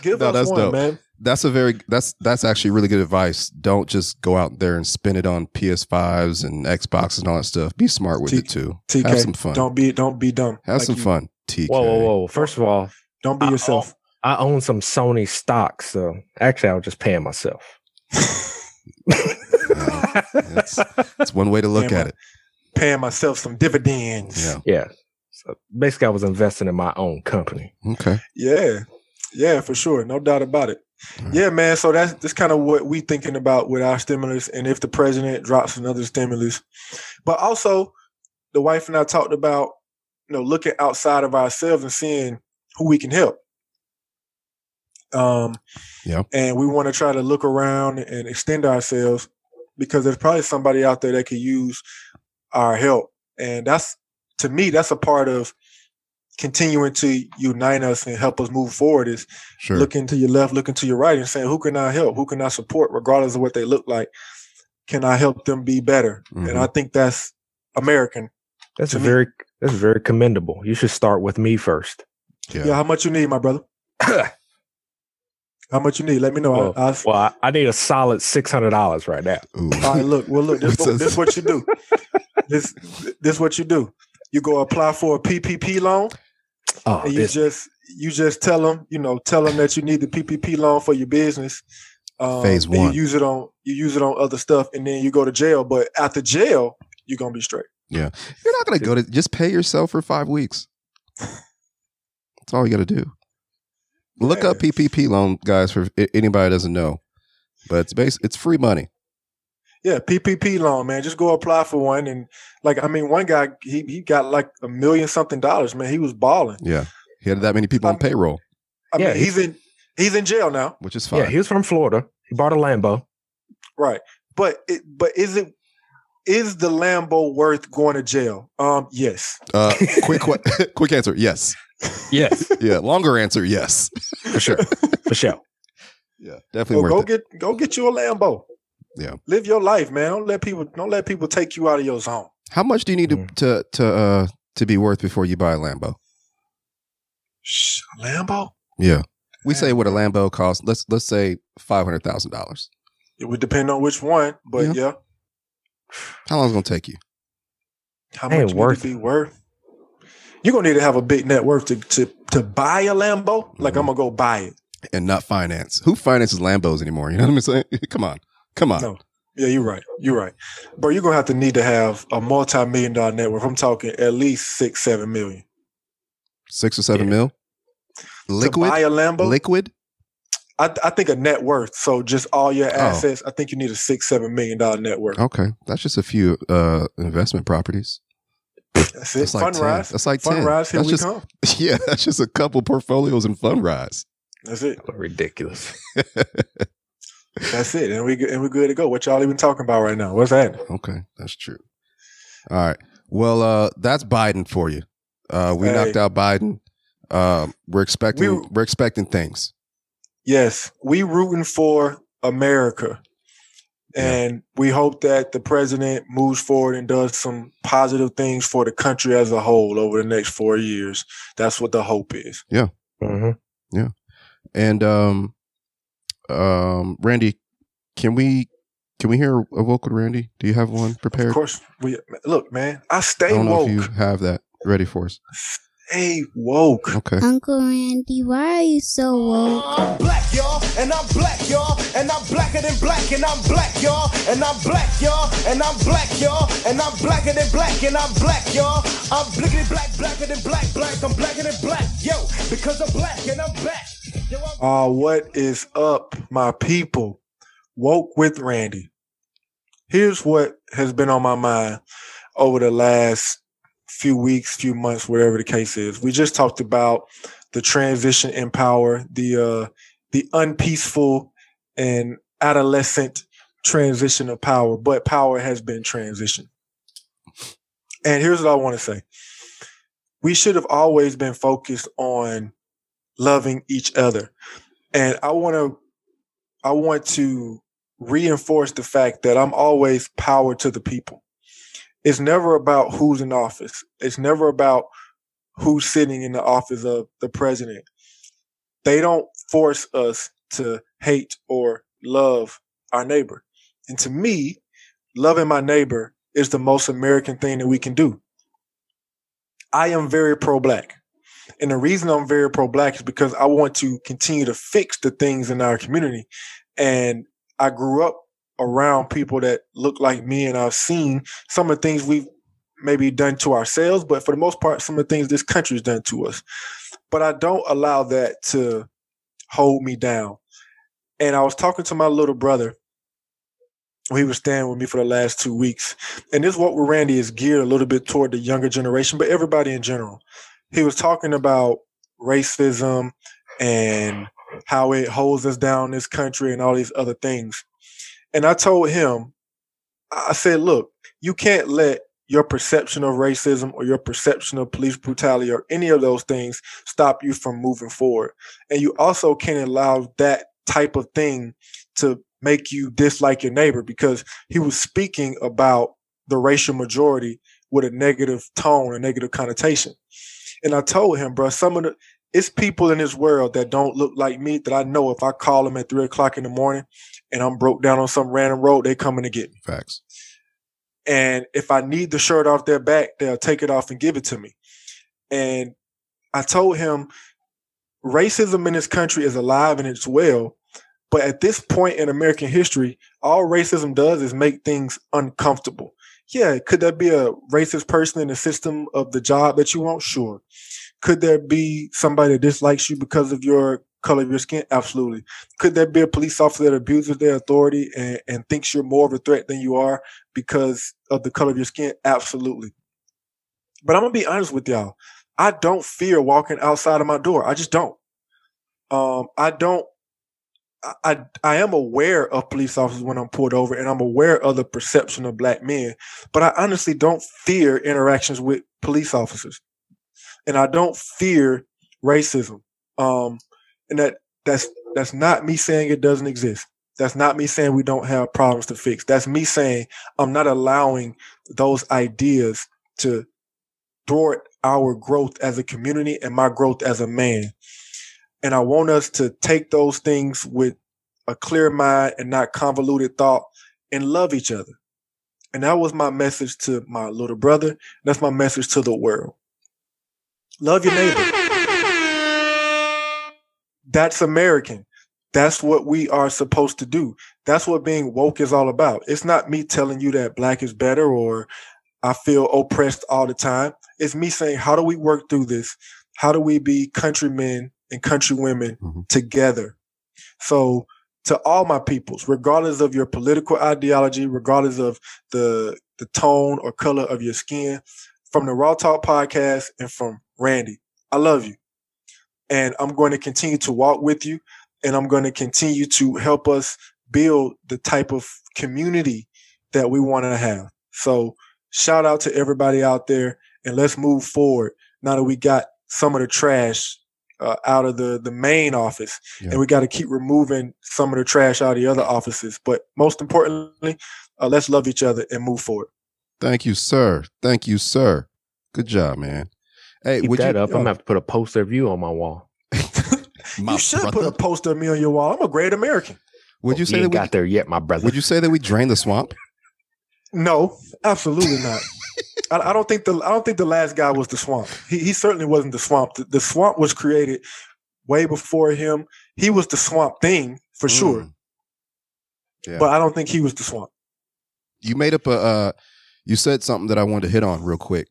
S3: give
S1: No,
S3: us
S1: that's
S3: one,
S1: dope.
S3: man.
S1: That's a very that's that's actually really good advice. Don't just go out there and spend it on PS5s and Xboxes and all that stuff. Be smart with
S3: T-
S1: it too.
S3: TK,
S1: Have some fun.
S3: don't be don't be dumb.
S1: Have
S3: Like
S1: some
S3: you-
S1: fun. oh. TK.
S2: Whoa, whoa, whoa! First of all,
S3: Don't be
S2: Uh-oh.
S3: yourself.
S2: I own some Sony stocks, so actually, I'll just pay 'em myself.
S1: that's- That's one way to look
S3: Damn
S1: at
S3: right.
S1: it.
S3: Paying myself some dividends.
S1: Yeah.
S2: yeah. So basically, I was investing in my own company.
S1: Okay.
S3: Yeah. Yeah, for sure. No doubt about it.
S1: All right.
S3: Yeah, man. So that's that's kind of what we thinking about with our stimulus and if the president drops another stimulus. But also the wife and I talked about, you know, looking outside of ourselves and seeing who we can help. Um
S1: Yeah.
S3: and we want to try to look around and extend ourselves because there's probably somebody out there that could use our help. And that's to me, that's a part of continuing to unite us and help us move forward is
S1: Sure.
S3: looking to your left, looking to your right, and saying, "Who can I help? Who can I support, regardless of what they look like? Can I help them be better?"
S1: Mhm.
S3: And I think that's American.
S2: That's
S3: To me-
S2: very that's very commendable. You should start with me first.
S1: yeah.
S3: Yeah. how much you need, my brother? How much you need? Let me know.
S2: Well,
S3: I, I,
S2: well, I, I need a solid six hundred dollars right now.
S1: Ooh.
S3: all right, look. Well, look. This,
S1: What's this?
S3: this is what you do. this this what you do. You go apply for a PPP loan,
S2: Oh,
S3: and you
S2: this,
S3: just you just tell them, you know, tell them that you need the PPP loan for your business. Um,
S1: Phase
S3: then
S1: one.
S3: You use it on you use it on other stuff, and then you go to jail. But after jail, you're gonna be straight.
S1: You're not gonna go to just pay yourself for five weeks. That's all you gotta do. Look up
S3: Yeah.
S1: PPP loan, guys. For i- anybody that doesn't know, but it's base. It's free money.
S3: Yeah, PPP loan, man. Just go apply for one, and like I mean, one guy he he got like a million something dollars, man. He was balling.
S1: Yeah, he had that many people
S2: Uh,
S1: on
S3: Um,
S1: payroll,
S3: I
S2: Yeah,
S3: mean, he's in he's in jail now,
S1: which is fine.
S2: yeah, he was from Florida. He bought a Lambo.
S3: right? But it, but is it is the Lambo worth going to jail? Um, yes.
S1: uh, quick, que- quick answer. Yes.
S2: Yes,
S1: Yeah. Longer answer. Yes.
S2: for sure, for sure.
S1: Yeah. Definitely
S3: Well,
S1: worth
S3: go
S1: it.
S3: get go get you a Lambo.
S1: Yeah.
S3: Live your life, man. Don't let people don't let people take you out of your zone.
S1: How much do you need
S2: Mm.
S1: to to to uh to be worth before you buy a Lambo?
S3: Shh, Lambo?
S1: Yeah. We say
S3: Damn.
S1: what a Lambo costs. Let's let's say five hundred thousand dollars.
S3: It would depend on which one, but
S1: Yeah.
S3: yeah,
S1: How long is it gonna take you?
S3: how
S2: Ain't
S3: much you need
S2: worth
S3: to be
S2: it.
S3: worth? You're gonna need to have a big net worth to to, to buy a Lambo. Like
S1: Mhm.
S3: I'm gonna go buy it.
S1: And not finance. Who finances Lambos anymore? You know what I'm saying? Come on. Come on.
S3: No. Yeah, you're right. You're right, bro. You're gonna have to need to have a multi-million dollar net worth. I'm talking at least six, seven million.
S1: Six or seven
S2: Yeah.
S1: mil?
S3: to buy
S1: Liquid?
S3: a Lambo.
S1: Liquid?
S3: I, I think a net worth. So just all your
S1: Oh.
S3: assets. I think you need a six, seven million dollar net worth.
S1: Okay. That's just a few uh investment properties.
S3: That's it.
S1: That's like
S3: Fun
S1: 10.
S3: rise.
S1: That's like
S3: Fun
S1: 10.
S3: rise. Here
S1: that's
S3: we
S1: just,
S3: come.
S1: Yeah, that's just a couple portfolios and fund rise.
S3: That's it.
S2: Ridiculous.
S3: That's it, and we good- and we good to go. What y'all even talking about right now? What's happening?
S1: Okay, that's true. All right. Well, uh, that's Biden for you. Uh, we
S3: Hey.
S1: knocked out Biden. Um, we're expecting
S3: We-
S1: we're expecting things.
S3: Yes, we rooting for America, And we hope that the president moves forward and does some positive things for the country as a whole over the next four years. That's what the hope is.
S2: hmm
S1: And um, um, Randy, can we can we hear a vocal, Randy? Do you have one
S3: Of
S1: prepared?
S3: course, we look, man. I
S1: I
S3: stay
S1: don't know if you
S3: woke.
S1: have that ready for us.
S3: Stay woke.
S1: Okay.
S4: Uncle Randy, why are you so woke?
S5: I'm black, y'all, and I'm black, y'all, and I'm blacker than black, and I'm black, y'all, and I'm black, y'all, and I'm black, y'all, and I'm blacker than black, and I'm black, y'all. I'm blickety black, blacker than black, black, I'm blacker than black, yo, because I'm black and I'm black. Yo,
S3: Uh,
S5: I'm
S3: what is up, my people? Woke with Randy. Here's what has been on my mind over the last few weeks, few months, whatever the case is. We just talked about the transition in power, the uh, the unpeaceful and adolescent transition of power, but power has been transitioned. And here's what I want to say: We should have always been focused on loving each other and I want to I want to reinforce the fact that I'm always power to the people. It's never about who's in office. It's never about who's sitting in the office of the president. They don't force us to hate or love our neighbor. And to me, loving my neighbor is the most American thing that we can do. I am very pro black. And the reason I'm very pro black is because I want to continue to fix the things in our community. And I grew up around people that look like me and I've seen some of the things we've maybe done to ourselves, but for the most part, some of the things this country's done to us. But I don't allow that to hold me down. And I was talking to my little brother. He was staying with me for the last two weeks. And this Walk with Randy is geared a little bit toward the younger generation, but everybody in general he was talking about racism and how it holds us down in this country and all these other things. And I told him, I I said, look, you can't let your perception of racism or your perception of police brutality or any of those things stop you from moving forward. And you also can't allow that type of thing to make you dislike your neighbor because he was speaking about the racial majority with a negative tone, a negative connotation. And I told him, bro, some of the it's people in this world that don't look like me that I know if I call them at three o'clock in the morning and I'm broke down on some random road, they coming to get me.
S1: Facts.
S3: And if I need the shirt off their back, they'll take it off and give it to me. And I told him racism in this country is alive and it's well. But at this point in American history, all racism does is make things uncomfortable. Yeah, could there be a racist person in the system of the job that you want? Sure. Could there be somebody that dislikes you because of your color of your skin? Absolutely. Could there be a police officer that abuses their authority and, and thinks you're more of a threat than you are? because of the color of your skin? Absolutely. But I'm gonna be honest with y'all. I don't fear walking outside of my door. I just don't. Um, I don't. I, I I am aware of police officers when I'm pulled over, and I'm aware of the perception of black men. But I honestly don't fear interactions with police officers, and I don't fear racism. Um, and that that's that's not me saying it doesn't exist. That's not me saying we don't have problems to fix. That's me saying I'm not allowing those ideas to thwart our growth as a community and my growth as a man. And I want us to take those things with a clear mind and not convoluted thought and love each other. And that was my message to my little brother. That's my message to the world. Love your neighbor. That's American. That's what we are supposed to do that's what being woke is all about. It's not me telling you that black is better or I feel oppressed all the time. It's me saying, how do we work through this? How do we be countrymen and countrywomen
S1: Mhm.
S3: together? So, to all my peoples, regardless of your political ideology, regardless of the the tone or color of your skin, from the Raw Talk podcast and from Randy, I love you, and I'm going to continue to walk with you, and I'm going to continue to help us build the type of community that we want to have. So shout out to everybody out there and let's move forward now that we got some of the trash uh, out of the the main office,
S1: Yeah.
S3: and we got to keep removing some of the trash out of the other offices. But most importantly, uh, let's love each other and move forward.
S1: Thank you, sir. Thank you, sir. Good job, man. Hey,
S2: Keep
S1: would
S2: that
S1: you, uh,
S2: up. I'm gonna have to put a poster of you on my wall.
S1: My
S3: you should put
S1: brother.
S3: a poster of me on your wall. I'm a great American.
S1: Would you say
S2: Oh, ain't
S1: that
S2: got
S1: we?
S2: there yet, my brother?
S1: Would you say that we drained the swamp?
S3: No, absolutely not. I, I don't think the I don't think the last guy was the swamp. He he certainly wasn't the swamp. The, the swamp was created way before him. He was the swamp thing for sure,
S1: Mm. Yeah.
S3: but I don't think he was the swamp.
S1: you made up a uh, you said something that I wanted to hit on real quick.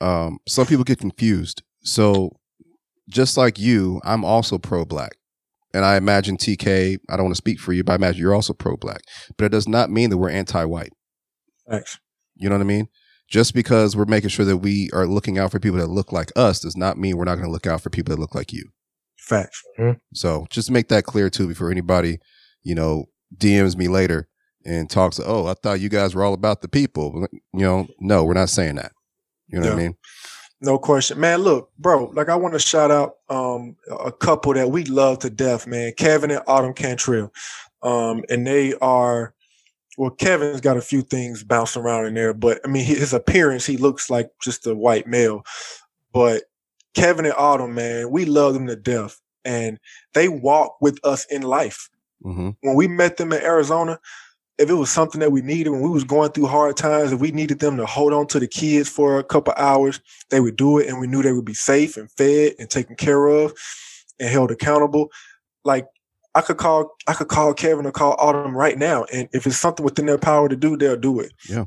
S1: Um, some people get confused. So just like you, I'm also pro black. And I imagine TK, I don't want to speak for you, but I imagine you're also pro black. But it does not mean that we're anti white.
S3: Thanks.
S1: You know what I mean? Just because we're making sure that we are looking out for people that look like us does not mean we're not going to look out for people that look like you.
S3: Facts.
S1: So just make that clear too before anybody, you know, DMs me later and talks. Oh, I thought you guys were all about the people. You know, no, we're not saying that. You know what I
S3: Yeah.
S1: mean?
S3: No question, man. Look, bro. Like I want to shout out um, a couple that we love to death, man. Kevin and Autumn Cantrell, um, and they are. Well, Kevin's got a few things bouncing around in there, but I mean, his appearance, he looks like just a white male. But Kevin and Autumn, man, we love them to death, and they walk with us in life.
S1: hmm
S3: When we met them in Arizona, if it was something that we needed when we was going through hard times, if we needed them to hold on to the kids for a couple hours, they would do it and we knew they would be safe and fed and taken care of and held accountable. Like I could call I could call Kevin or call Autumn right now. And if it's something within their power to do, they'll do it.
S1: Yeah.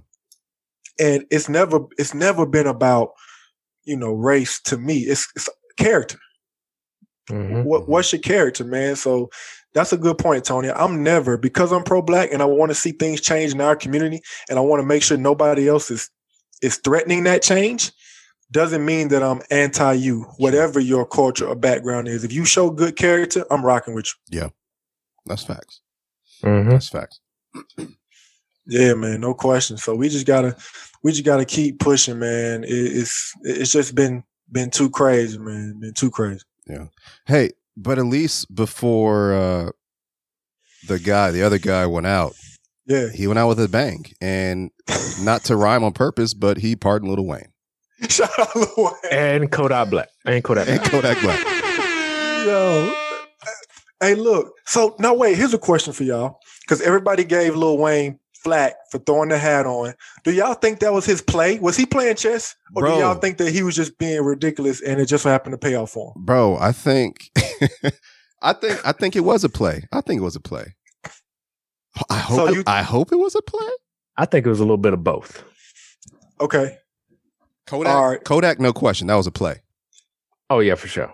S3: And it's never it's never been about, you know, race to me. It's it's character.
S2: Mhm.
S3: What what's your character, man? So that's a good point, Tony. I'm never because I'm pro black and I want to see things change in our community and I want to make sure nobody else is is threatening that change. Doesn't mean that I'm anti you, whatever your culture or background is. If you show good character, I'm rocking with
S1: That's facts.
S2: Mhm.
S1: That's facts.
S3: you. Yeah, man, no question. So we just gotta we just gotta keep pushing, man. It, it's it's just been been too crazy, man. Been too crazy.
S1: Hey, but at least before uh, the guy, the other guy went out,
S3: Yeah.
S1: he went out with a bang, and not to rhyme on purpose, but he pardoned Little Wayne
S3: Shout out Lil Wayne.
S2: And Kodak Black. And Kodak
S1: and
S2: Black.
S1: Kodak Black.
S3: Yo. Hey, look. So no, wait. Here's a question for y'all, because everybody gave Lil Wayne flack for throwing the hat on. Do y'all think that was his play? Was he playing chess, or
S1: Bro.
S3: do y'all think that he was just being ridiculous and it just happened to pay off for him?
S1: Bro, I think, I think, I think it was a play. I think it was a play. I hope.
S3: So you-
S1: I hope it was a play.
S2: I think it was a little bit of both.
S3: Okay.
S1: Kodak,
S3: All right.
S1: Kodak, no question. That was a play.
S2: Oh yeah, for sure.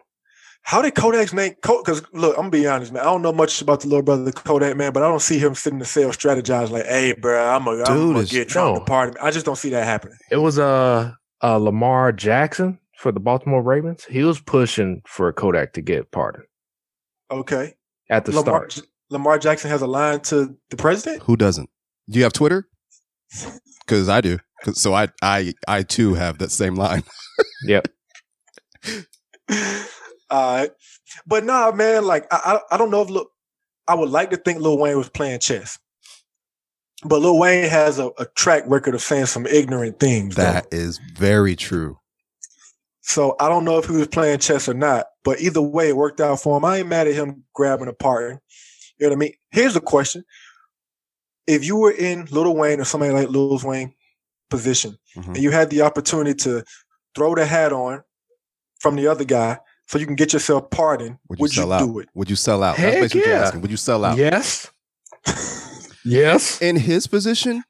S3: How did Kodak's name? Because look, I'm gonna be honest, man. I don't know much about the little brother Kodak, man, but I don't see him sitting in the cell strategizing like, "Hey, bro, I'm gonna I'm
S1: Dude
S3: gonna
S1: is-
S3: get Trump
S2: No.
S3: to pardon." me." I just don't see that happening.
S2: It was uh, uh Lamar Jackson for the Baltimore Ravens. He was pushing for Kodak to get pardoned
S3: Okay.
S2: at the
S3: Lamar,
S2: start.
S3: Lamar Jackson has a line to the president.
S1: Who doesn't? Do you have Twitter? Because I do. 'Cause- so I, I, I too have that same line.
S2: Yep.
S3: All right. But nah, man, like I, I I don't know if look I would like to think Lil Wayne was playing chess. But Lil Wayne has a, a track record of saying some ignorant things. though.
S1: That is very true.
S3: So I don't know if he was playing chess or not, but either way, it worked out for him. I ain't mad at him grabbing a partner. You know what I mean? Here's the question: If you were in Lil Wayne or somebody like Lil Wayne position,
S1: Mhm.
S3: and you had the opportunity to throw the hat on from the other guy so you can get yourself pardoned,
S1: Would
S3: would
S1: you
S3: you,
S1: sell out?
S3: do it?
S1: Would you sell out? That's
S2: Heck
S1: basically what
S2: yeah.
S1: you're asking. Would you sell out?
S2: Yes. yes.
S1: In his position,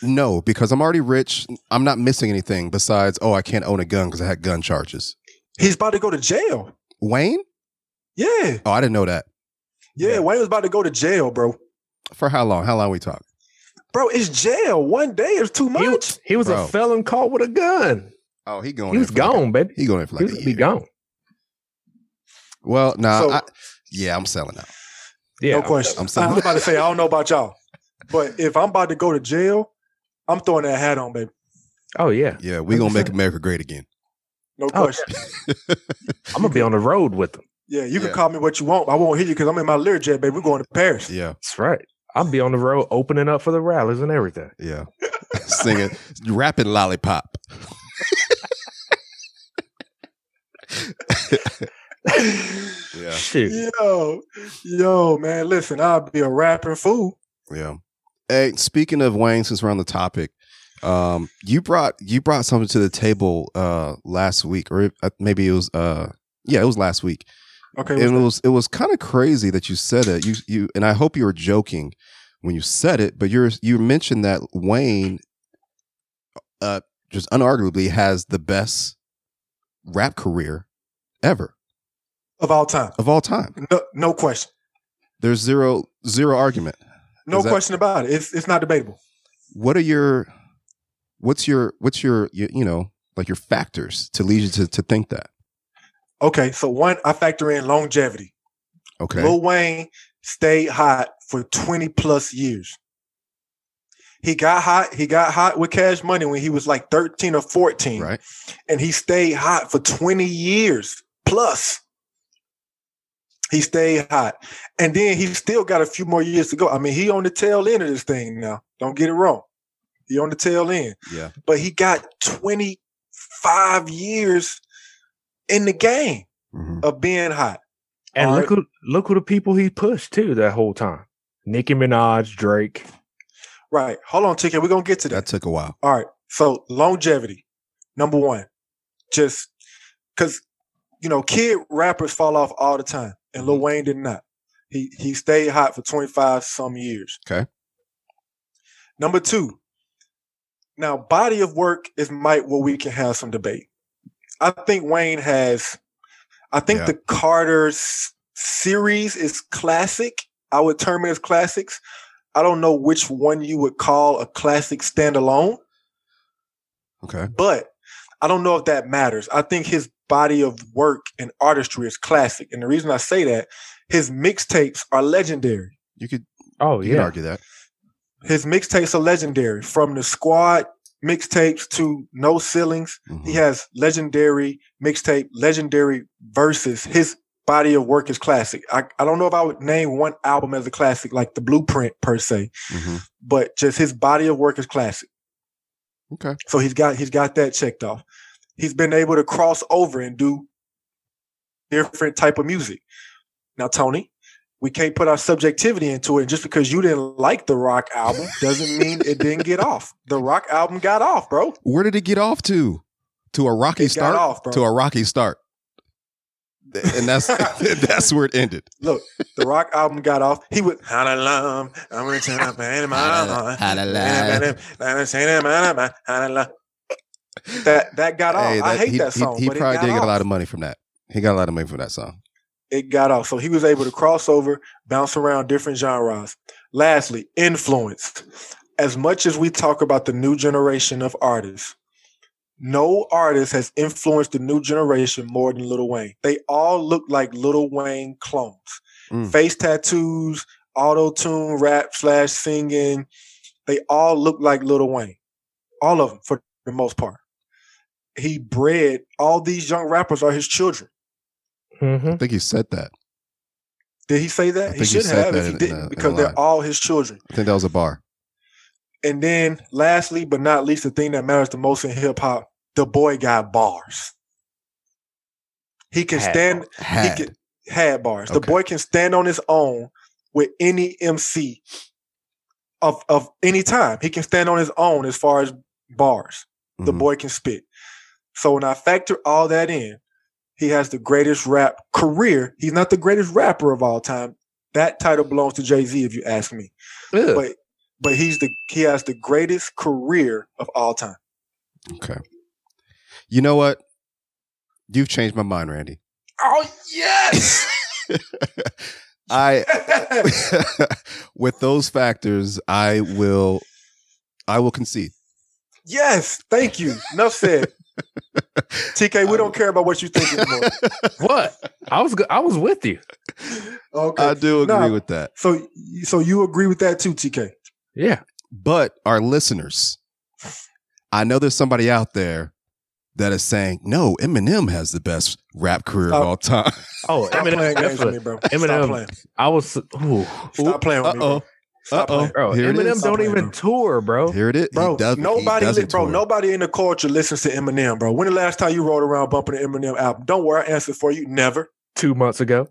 S1: no, because I'm already rich. I'm not missing anything besides, oh, I can't own a gun because I had gun charges.
S3: He's about to go to jail.
S1: Wayne?
S3: Yeah,
S1: Oh, I didn't know that.
S3: yeah.
S2: Yeah.
S3: Wayne was about to go to jail, bro.
S1: For how long? How long we talk?
S3: Bro, it's jail. One day is too
S2: He,
S3: much.
S2: he was
S1: Bro.
S2: a felon caught with a gun.
S1: Oh, he going.
S2: He
S1: in
S2: was
S1: for like a-
S2: gone, baby.
S1: he going in for
S2: he
S1: like
S2: was
S1: a
S2: gonna be
S1: year.
S2: gone.
S1: Well, nah.
S3: So-
S1: I, yeah, I'm selling out.
S2: Yeah.
S3: no question.
S1: I'm
S3: I'm,
S1: sorry.
S3: about to say I don't know about y'all, but if I'm about to go to jail, I'm throwing that hat on, baby.
S2: Oh yeah.
S1: Yeah, we gonna make
S2: 100%.
S1: America great again.
S3: No
S2: Oh,
S3: question.
S2: I'm gonna be on the road with them.
S3: yeah. you can
S1: Yeah.
S3: call me what you want. I won't hear you because I'm in my Learjet, baby. We're going to Paris.
S1: Yeah,
S2: That's right. I'll be on the road opening up for the rallies and everything.
S1: yeah. Singing, rapping lollipop. yeah,
S2: Shoot.
S3: Yo, yo, man, listen, I'll be a rapping fool.
S1: yeah. Hey, speaking of Wayne, since we're on the topic, um, you brought you brought something to the table uh last week, or uh, maybe it was uh yeah, it was last week.
S3: Okay,
S1: and it was it was kind of crazy that you said it. You you and I hope you were joking when you said it, but you're you mentioned that Wayne uh just unarguably has the best rap career ever
S3: of all time.
S1: of all time.
S3: No, no question.
S1: There's zero zero argument.
S3: No
S1: Is that-
S3: question about it. It's it's not debatable.
S1: What are your what's your what's your you, you know like your factors to lead you to, to think that?
S3: Okay, so one, I factor in longevity.
S1: Okay.
S3: Lil Wayne stayed hot for 20 plus years. He got hot. He got hot with cash money when he was like 13 or 14.
S1: right.
S3: and he stayed hot for 20 years plus. He stayed hot. And then he still got a few more years to go. I mean, he on the tail end of this thing now. Don't get it wrong. He on the tail end.
S1: Yeah.
S3: But he got 25 years in the game
S1: Mhm.
S3: of being hot.
S2: And
S3: All
S2: look who look who the people he pushed too that whole time. Nicki Minaj, Drake.
S3: Right. Hold on, TK. We're gonna get to that.
S1: That took a while.
S3: All right. So longevity, number one, just because you know kid rappers fall off all the time, and
S1: Mm-hmm.
S3: Lil Wayne did not. He he stayed hot for twenty five some years.
S1: Okay.
S3: Number two. Now, body of work is might where we can have some debate. I think Wayne has. I think
S1: Yeah.
S3: the Carter's series is classic. I would term it as classics. I don't know which one you would call a classic standalone
S1: Okay.
S3: but I don't know if that matters. I think his body of work and artistry is classic. And the reason I say that, his mixtapes are legendary.
S1: You could
S2: Oh
S1: you could
S2: yeah.
S1: argue that.
S3: His mixtapes are legendary from the squad mixtapes to no ceilings.
S1: Mhm.
S3: He has legendary mixtape, legendary verses. His body of work is classic. I, I don't know if I would name one album as a classic, like the blueprint per se,
S1: Mhm.
S3: but just his body of work is classic.
S1: Okay.
S3: So he's got he's got that checked off. He's been able to cross over and do different type of music. Now, Tony, we can't put our subjectivity into it. Just because you didn't like the rock album doesn't mean it didn't get off. The rock album got off, bro.
S1: Where did it get off to? To a rocky
S3: It got
S1: start.
S3: off, bro.
S1: to a rocky start. And that's that's where it ended.
S3: Look, the rock album got off. He would "Had a love, I'm gonna turn up in my heart.
S1: Had a
S3: Had a love, had a love." That that got off.
S1: Hey,
S3: I hate
S1: he,
S3: that
S1: he-
S3: song.
S1: He,
S3: but
S1: probably
S3: it got
S1: did get
S3: off.
S1: a lot of money from that. He got a lot of money from that song.
S3: it got off. So he was able to cross over, bounce around different genres. Lastly, influence. As much as we talk about the new generation of artists, no artist has influenced the new generation more than Lil Wayne. They all look like Lil Wayne clones.
S1: Mm.
S3: Face tattoos, auto tune, rap slash singing. They all look like Lil Wayne. All of them, for the most part. He bred all these young rappers are his children.
S2: Mm-hmm.
S1: I think he said that.
S3: Did he say
S1: I
S3: that? He
S1: think he
S3: should
S1: said
S3: have
S1: that in-
S3: if he
S1: in a-
S3: didn't,
S1: in a
S3: because
S1: line.
S3: they're all his children.
S1: I think that was a bar.
S3: And then lastly, but not least, the thing that matters the most in hip hop, the boy got bars. He can
S2: Had
S3: stand
S1: Had.
S3: he can had bars. The
S1: Okay.
S3: boy can stand on his own with any MC of of any time. He can stand on his own as far as bars. The
S1: Mhm.
S3: boy can spit. So when I factor all that in, he has the greatest rap career. He's not the greatest rapper of all time. That title belongs to Jay Z, if you ask me. But but he's the he has the greatest career of all time.
S1: You know what? You've changed my mind, Randy.
S3: Oh yes!
S1: I with those factors, I will I will concede.
S3: yes, thank you. Enough said. TK, we don't care about what you think anymore.
S2: what? I was go- I was with you.
S3: Okay.
S1: I do agree
S3: Nah.
S1: with that.
S3: so so you agree with that too, TK.
S2: Yeah.
S1: But our listeners, I know there's somebody out there that is saying, no, Eminem has the best rap career of
S3: Oh.
S1: all time.
S2: Oh,
S3: Stop playing
S2: Eminem.
S3: games
S2: that's
S3: with me,
S2: what-
S3: bro.
S2: Eminem.
S3: Stop playing.
S2: I was. Ooh,
S3: Stop playing with me,
S1: Uh-oh.
S3: bro. Stop
S1: Uh-oh.
S3: playing.
S2: bro.
S1: Here it
S2: Eminem
S1: is.
S2: don't even tour, bro.
S1: Here it is. He
S3: Bro,
S1: does- he
S3: nobody, li-
S1: doesn't
S3: bro,
S1: tour.
S3: nobody in the culture listens to Eminem, bro. When the last time you rolled around bumping an Eminem album? Don't worry, I answered for you. Never
S2: Two months ago,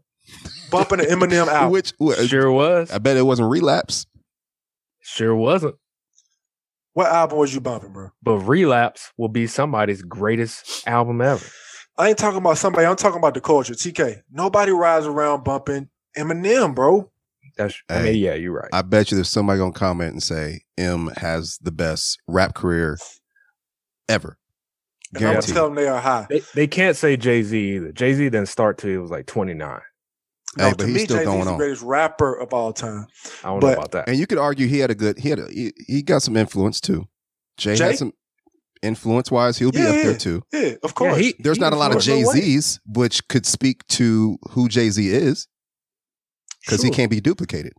S3: bumping an Eminem album.
S1: Which, which-
S2: sure was.
S1: I bet it wasn't relapse.
S2: Sure wasn't.
S3: What album was you bumping, bro?
S2: But relapse will be somebody's greatest album ever.
S3: I ain't talking about somebody. I'm talking about the culture. TK. Nobody rides around bumping Eminem, bro.
S2: That's. I
S1: Hey,
S2: mean, yeah, you're right.
S1: I bet you there's somebody gonna comment and say M has the best rap career ever.
S3: And I'm gonna
S1: Guaranteed.
S3: tell them they are high.
S2: they, they can't say Jay Z either. Jay Z didn't start till he was like 29.
S3: No,
S1: Hey,
S3: to
S1: but
S3: me,
S1: he's still
S3: Jay-Z's
S1: going
S3: the
S1: on.
S3: greatest rapper of all time.
S2: I don't
S3: But-
S2: know about that.
S1: And you could argue he had a good. He had a. He, he got some influence too. Jay,
S3: Jay?
S1: had some influence wise. He'll be
S3: Yeah,
S1: up
S3: yeah.
S1: there too.
S3: Yeah, of course.
S2: Yeah, he-
S1: There's
S2: he
S1: not a lot of
S2: influenced-
S1: Jay
S3: no way.
S1: Z's, which could speak to who Jay Z is, because he
S3: Sure.
S1: can't be duplicated.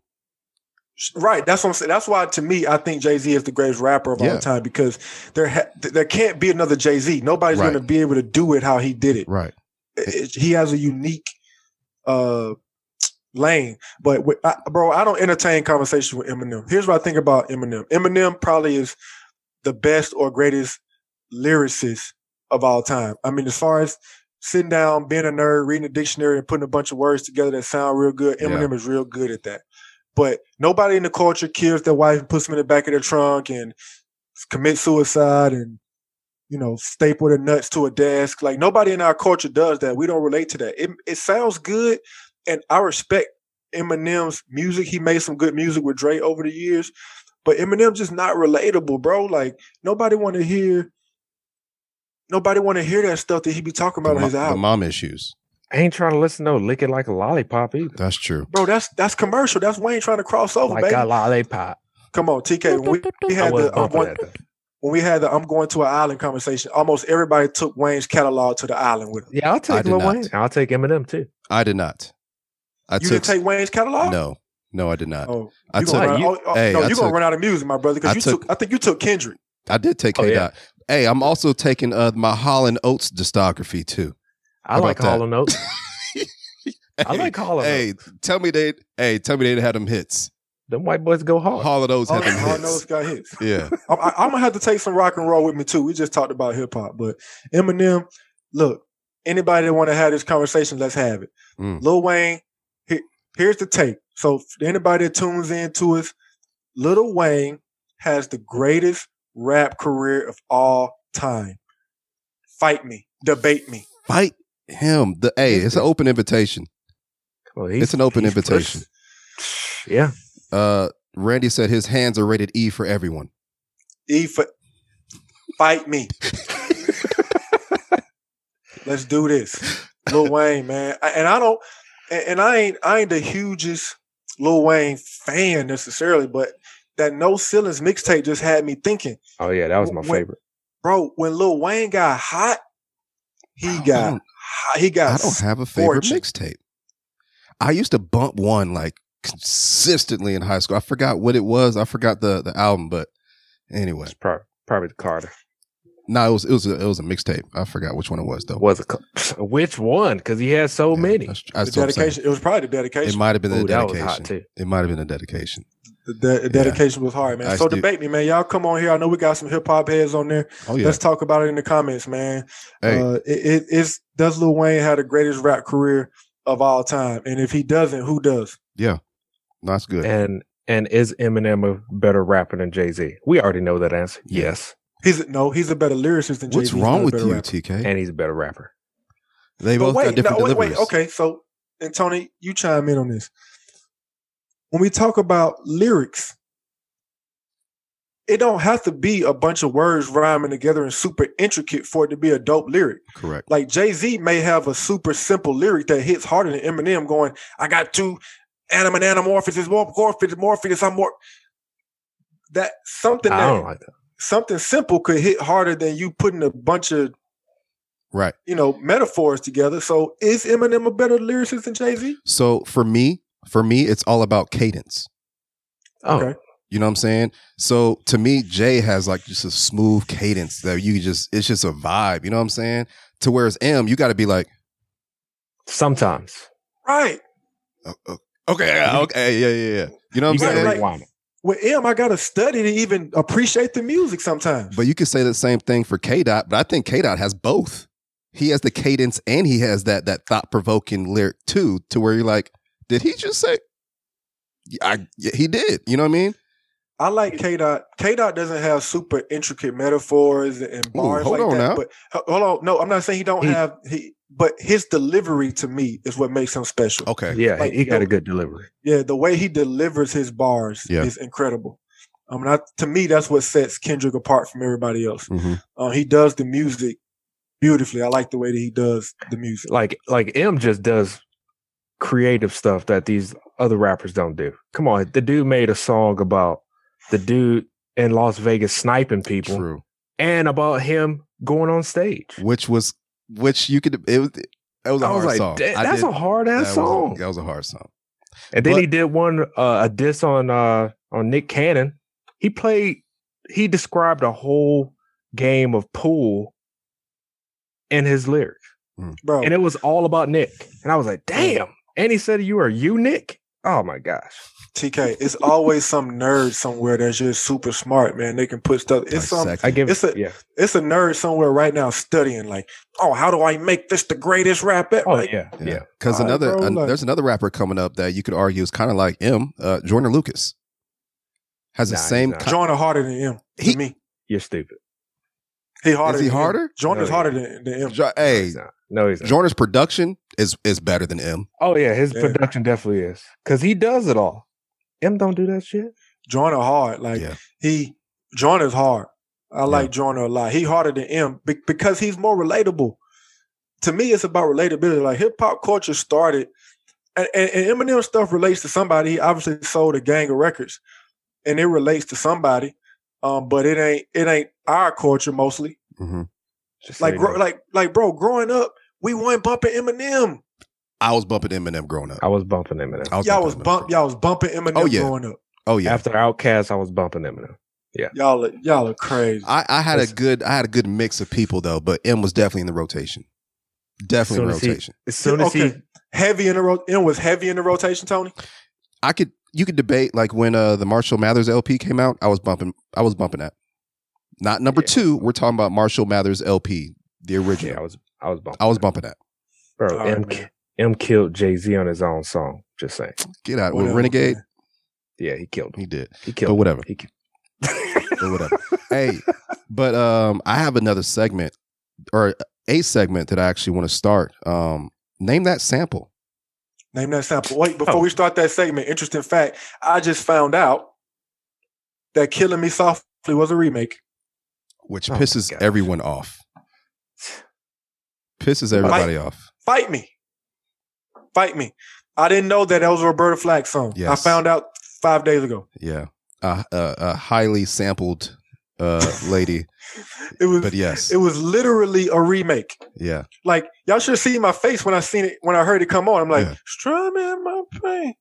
S3: Right. That's what I'm saying. That's why, to me, I think Jay Z is the greatest rapper of
S1: Yeah.
S3: all time because there ha- th- there can't be another Jay Z. Nobody's
S1: Right.
S3: going to be able to do it how he did it.
S1: Right.
S3: It- He has a unique uh, lane. But with, I, bro, I don't entertain conversation with Eminem. Here's what I think about Eminem. Eminem probably is the best or greatest lyricist of all time. I mean, as far as sitting down, being a nerd, reading a dictionary, and putting a bunch of words together that sound real good,
S1: Yeah.
S3: Eminem is real good at that. But nobody in the culture kills their wife and puts them in the back of their trunk and commits suicide and you know staple their nuts to a desk. Like nobody in our culture does that. We don't relate to that. It it sounds good, and I respect Eminem's music. He made some good music with Dre over the years, but Eminem just not relatable, bro. Like nobody want to hear. Nobody want to hear that stuff that he be talking
S1: The,
S3: about on
S1: mo-
S3: his
S1: the
S3: album,
S1: mom issues.
S2: I ain't trying to listen to no Lick It Like a Lollipop either.
S1: That's true.
S3: bro. That's that's commercial. That's Wayne trying to cross over,
S2: like
S3: Oh, baby.
S2: a lollipop.
S3: Come on, TK. When we, we
S2: I
S3: had
S2: was
S3: the uh, I'm
S2: bumping
S3: going,
S2: that though.
S3: when we had the I'm going to an island conversation, almost everybody took Wayne's catalog to the island with them.
S2: Yeah, I'll take
S1: did
S2: Lil
S1: not.
S2: Wayne. I'll take Eminem too.
S1: I did not. I
S3: you
S1: took
S3: didn't take Wayne's catalog?
S1: no, no, I did not.
S3: Oh,
S1: I
S3: you gonna
S1: took.
S2: like-
S3: run,
S2: you-
S3: oh, oh,
S1: hey,
S3: no,
S1: I
S3: you're gonna
S1: took-
S3: run out of music, my brother,
S1: I
S3: because you took,
S1: took-
S3: I think you took Kendrick.
S1: I did take.
S2: Oh,
S1: K
S2: yeah.
S1: Dot. Hey, I'm also taking uh, my Holland Oates discography too.
S2: I
S1: How
S2: like
S1: about that?
S2: Hall and Oates. I like Hall and
S1: Hey,
S2: Oates.
S1: tell me they. Hey, tell me they didn't have them hits.
S2: Them white boys go hard.
S1: Hall of those
S3: All
S1: had them
S3: I know
S1: hits.
S3: is got hits.
S1: Yeah,
S3: I'm, I, I'm gonna have to take some rock and roll with me too. We just talked about hip hop, but Eminem. Look, anybody that want to have this conversation, let's have it.
S1: Mm.
S3: Lil Wayne. Here, here's the tape. So for anybody that tunes in to us, Lil Wayne has the greatest rap career of all time. Fight me, debate me.
S1: fight him. The hey, it's an open invitation.
S2: Well, Oh, he's-
S1: it's an open
S2: he's
S1: invitation.
S2: first. Yeah,
S1: Uh, Randy said his hands are rated E for everyone.
S3: E for fight me. Let's do this, Lil Wayne, man. I- And I don't, and and I ain't, I ain't the hugest Lil Wayne fan necessarily, but that No Ceilings mixtape just had me thinking,
S2: oh yeah, that was my
S3: Wait,
S2: favorite.
S3: bro. When Lil Wayne got hot, he
S1: Bro, I
S3: got,
S1: don't-
S3: hot, he
S1: I
S3: got.
S1: don't have a favorite
S3: scorching.
S1: mixtape. I used to bump one like consistently in high school. I forgot what it was. I forgot the the album, but anyway,
S2: It's probably, probably the Carter.
S1: no, it was it was a, it was a mixtape. I forgot which one it was though.
S2: Was a Car- which one? Because he had so
S1: Yeah,
S2: many.
S1: that's- that's
S3: the
S1: what I'm saying.
S3: dedication. It was probably the
S1: It
S3: dedication.
S1: might have been a
S2: Ooh, that was hot
S1: dedication.
S2: too.
S1: It might have been a dedication.
S3: The, de- the dedication was hard, man.
S1: I
S3: so
S1: do-
S3: debate me, man. Y'all come on here. I know we got some hip hop heads on there.
S1: Oh yeah.
S3: Let's talk about it in the comments, man.
S1: hey,
S3: Uh, it, it, it's does Lil Wayne have the greatest rap career of all time? And if he doesn't, who does?
S1: that's good.
S2: And and is Eminem a better rapper than Jay Z? We already know that answer.
S1: Yeah.
S2: Yes,
S3: He's no, he's a better lyricist than Jay
S1: What's
S3: Z.
S1: wrong with you, TK?
S2: and he's a better rapper.
S1: They
S3: But
S1: both
S3: wait,
S1: got different
S3: no, wait,
S1: deliveries.
S3: wait, okay. So, and Tony, you chime in on this. When we talk about lyrics, it don't have to be a bunch of words rhyming together and super intricate for it to be a dope lyric.
S1: Correct.
S3: Like Jay Z may have a super simple lyric that hits harder than Eminem going, I got two anim and anamorphosis, morphosis, morphosis, I'm more. That something
S2: I don't
S3: that,
S2: like that.
S3: something simple could hit harder than you putting a bunch of
S1: Right.
S3: you know metaphors together. So is Eminem a better lyricist than Jay Z?
S1: So for me, for me, it's all about cadence.
S2: Oh,
S3: Okay.
S1: You know what I'm saying? So to me, Jay has like just a smooth cadence that you just it's just a vibe. You know what I'm saying? To whereas M, you got to be like,
S2: Sometimes
S3: Right.
S1: "Oh, oh, okay, okay, yeah, yeah, yeah. You know what
S2: you
S1: I'm
S2: got
S1: saying?
S2: to
S3: Like-
S2: rewind it.
S3: With M, I gotta study to even appreciate the music sometimes.
S1: But you could say the same thing for K Dot, but I think K Dot has both. He has the cadence and he has that that thought provoking lyric too, to where you're like, did he just say? Yeah, I, yeah, he did. You know what I mean?
S3: I like K Dot. K Dot doesn't have super intricate metaphors and bars
S1: hold
S3: like
S1: on
S3: that.
S1: now.
S3: But ho- hold on, no, I'm not saying he don't
S2: He-
S3: have he. But his delivery to me is what makes him special.
S1: Okay.
S2: Yeah,
S3: Like,
S2: he got
S3: yo-
S2: a good delivery.
S3: Yeah, the way he delivers his bars
S1: Yeah.
S3: is incredible. I mean, I, to me, that's what sets Kendrick apart from everybody else.
S1: Mhm.
S3: Uh, he does the music beautifully. I like the way that he does the music.
S2: Like like M just does creative stuff that these other rappers don't do. Come on, the dude made a song about the dude in Las Vegas sniping people
S1: True.
S2: and about him going on stage.
S1: Which was which you could it was that was a
S2: I was
S1: hard
S2: like,
S1: song.
S2: "Da-
S1: I
S2: that's
S1: did-
S2: a hard
S1: that
S2: ass
S1: was a-
S2: song.
S1: that was a hard song.
S2: and then
S1: but-
S2: he did one uh, a diss on uh on Nick Cannon. He played he described a whole game of pool in his lyrics.
S3: Bro,
S2: and it was all about Nick. And I was like, damn. And he said, You are you, Nick? Oh my gosh.
S3: TK, it's always some nerd somewhere that's just super smart, man. They can put stuff. It's some
S2: I give
S3: It's
S2: it,
S3: a-
S2: yeah.
S3: it's a nerd somewhere right now studying, like, oh, how do I make this the greatest rap ever?
S2: Oh,
S3: Like,
S2: yeah. Yeah.
S1: Because
S3: All right,
S1: another
S3: bro,
S1: an-
S3: like-
S1: there's another rapper coming up that you could argue is kind of like him, uh, Jordan Lucas. Has the
S2: Nah, he's
S1: same.
S2: not.
S1: ki-
S3: Joyner harder than him. To
S1: He-
S3: me,
S2: You're stupid.
S3: he harder.
S1: Is he
S3: than him.
S1: harder?
S3: Joyner's
S2: No,
S3: harder than, than him.
S1: Jo-
S2: No,
S1: hey,
S2: he's not. No, he's not.
S1: Jordan's production is is better than M.
S2: oh, yeah. His
S3: Yeah.
S2: production definitely is. Because he does it all. M don't do that shit.
S3: Joyner hard. Like
S1: Yeah.
S3: he Joyner's hard. I like
S1: Yeah.
S3: Joyner a lot. He harder than M be- because he's more relatable. To me, it's about relatability. Like hip hop culture started, and, and, and Eminem stuff relates to somebody. He obviously sold a gang of records, and it relates to somebody. Um, but it ain't it ain't our culture mostly.
S2: Just
S3: Like
S2: say
S3: gro-
S2: that.
S3: like like bro, growing up, we weren't bumping Eminem.
S1: I was bumping Eminem growing up.
S2: I was bumping Eminem.
S1: I was
S3: Y'all was
S1: Eminem.
S3: bump y'all was bumping Eminem
S1: Oh, yeah.
S3: growing up.
S1: Oh yeah.
S2: After Outcast, I was bumping Eminem.
S3: Y'all are, y'all are crazy.
S1: I, I had a
S2: Listen.
S1: good I had a good mix of people though, but M was definitely in the rotation. Definitely in
S2: Soon as he-
S1: rotation.
S2: As soon as he
S3: Okay. heavy in the ro- It was heavy in the rotation, Tony.
S1: I could you could debate like when uh, the Marshall Mathers LP came out, I was bumping I was bumping that. Not number
S2: Yeah.
S1: two, we're talking about Marshall Mathers LP, the original.
S2: Yeah, I was I was bumping.
S1: I was bumping that.
S2: Bro,
S3: All right,
S2: M,
S3: man.
S2: ki- M killed Jay Z on his own song. Just saying.
S1: Get out with
S3: Whatever,
S1: Renegade.
S3: man.
S2: Yeah, he killed him.
S1: He did.
S2: He
S1: But
S2: killed him.
S1: whatever.
S2: He ki-
S1: But whatever. hey, but um I have another segment or a segment that I actually want to start. Um name that sample.
S3: Name that sample. Wait, before
S2: Oh.
S3: we start that segment, interesting fact: I just found out that "Killing Me Softly" was a remake.
S1: Which
S2: Oh my
S1: pisses
S2: gosh.
S1: everyone off. Pisses everybody off.
S3: Fight me, fight me. I didn't know that that was a Roberta Flack song. I
S1: Yes.
S3: found out five days ago.
S1: Yeah. A, a, a highly sampled uh, lady.
S3: It was
S1: But yes.
S3: it was literally a remake.
S1: Yeah.
S3: Like y'all should have seen my face when I seen it when I heard it come on. I'm like,
S1: Yeah.
S3: strumming my pain.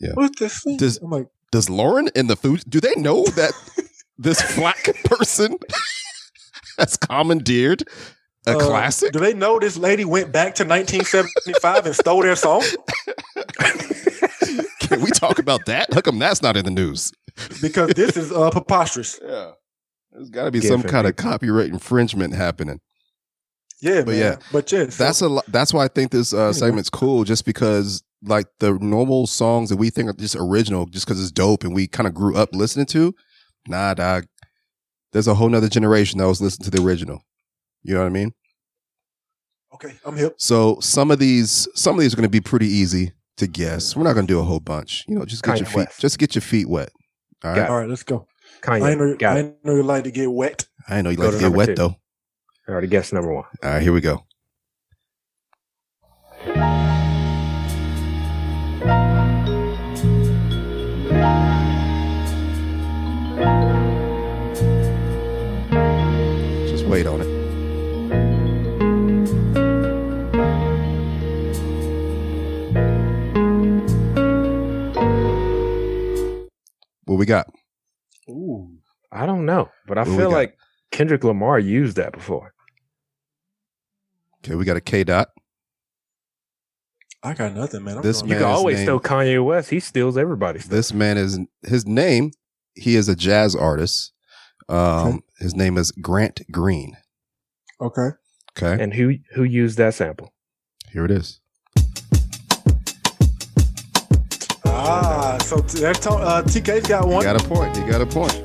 S1: Yeah.
S3: What's this? thing?"
S1: Does-
S3: I'm like,
S1: Does Lauren in the food, do they know that this black person has commandeered a
S3: uh,
S1: classic?
S3: Do they know this lady went back to 1975 and stole their song?
S1: Can we talk about that? How come that's not in the news?
S3: because this is uh, preposterous.
S1: Yeah. There's got to be
S2: Get
S1: some
S2: for
S1: kind of
S2: people.
S1: copyright infringement happening.
S3: Yeah,
S1: But
S3: man.
S1: yeah,
S3: but yeah, so-
S1: That's a lo- that's why I think this uh,
S3: Anyway.
S1: segment's cool, just because like the normal songs that we think are just original, just because it's dope and we kind of grew up listening to. Nah, dog. There's a whole nother generation that was listening to the original. You know what I mean?
S3: okay. I'm hip.
S1: So some of these some of these are going to be pretty easy to guess. We're not going to do a whole bunch. You know, just get
S2: Kanye
S1: your feet
S2: West.
S1: just get your feet wet. All right.
S2: Got
S3: All right, let's go. I ain't
S2: Kanye.
S3: know,
S2: Got
S3: I
S2: it.
S3: ain't know you like to get wet.
S1: I know you
S2: Go
S1: like to
S2: to
S1: get
S2: number
S1: wet
S2: two.
S1: though.
S2: I already guessed number one.
S1: All right, here we go. Just wait on it. What we got?
S2: I don't know, but I
S1: Who we
S2: feel
S1: got?
S2: like Kendrick Lamar used that before.
S1: Okay, we got a K dot.
S3: I got nothing, man. I'm
S1: This
S3: going-
S2: You
S1: man-
S2: can
S1: his
S2: always
S1: name-
S2: tell Kanye West. He steals everybody's stuff.
S1: This man is his name. He is a jazz artist. Um,
S3: Okay.
S1: his name is Grant Green.
S3: Okay.
S1: Okay,
S2: And who who used that sample?
S1: here it is.
S3: Ah, so t- that to- uh, TK's got
S1: You
S3: one.
S1: got a point. You got a point.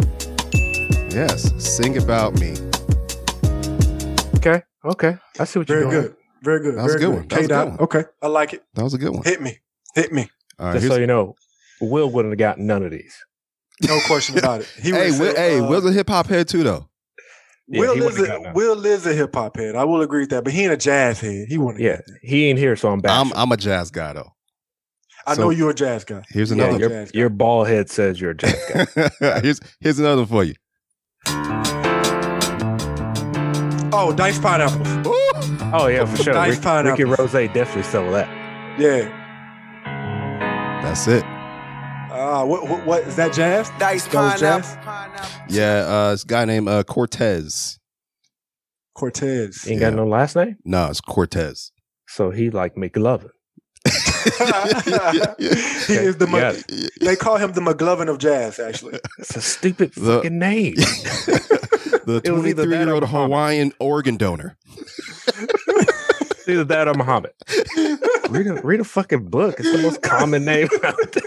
S1: Yes, sing about me.
S2: Okay, okay, I see what
S3: Very
S2: you're doing.
S3: good. Very good.
S1: That was
S3: Very
S1: a good one. That was a
S3: good.
S1: good
S3: K-Dot.
S1: one.
S3: Okay. I like it.
S1: That was a good one.
S3: Hit me. Hit me.
S1: All right,
S2: Just
S1: here's-
S2: so you know, Will wouldn't have got none of these.
S3: No question about it. He
S1: hey,
S3: would've
S1: Will,
S3: said,
S1: hey,
S3: uh,
S1: Will's a hip hop head too, though.
S2: Yeah,
S3: Will
S2: he
S3: is
S2: wouldn't have
S3: a
S2: got none.
S3: Will is a hip hop head. I will agree with that, but he ain't a jazz head. He wouldn't.
S2: Yeah, he ain't here, so I'm back.
S1: I'm I'm a jazz guy though.
S3: I
S1: So-
S3: know you're a jazz guy.
S1: Here's
S2: yeah,
S1: another.
S3: you're-
S2: your, your bald head says you're a jazz guy.
S1: here's here's another for you.
S3: Oh, Dice Pineapples.
S2: Oh yeah, for sure.
S3: Nice
S2: Rick- Ricky
S3: pineapple.
S2: Rose definitely stole that.
S3: Yeah.
S1: That's it.
S3: Ah, what, what what is that jazz?
S5: Dice
S3: That was jazz?
S1: Yeah, uh, this guy named uh, Cortez.
S3: Cortez.
S2: He ain't
S1: Yeah.
S2: got no last name,
S1: No, it's Cortez.
S2: so he like McLovin.
S3: he is the
S2: Yeah.
S3: Mc- they call him the McGlovin of jazz. Actually,
S2: It's a stupid
S1: The-
S2: fucking name.
S1: the
S2: It was either that or
S1: 23 year old
S2: Muhammad.
S1: Hawaiian organ donor.
S2: It's Either that or Muhammad. Read a read a fucking book. It's the most common name out there.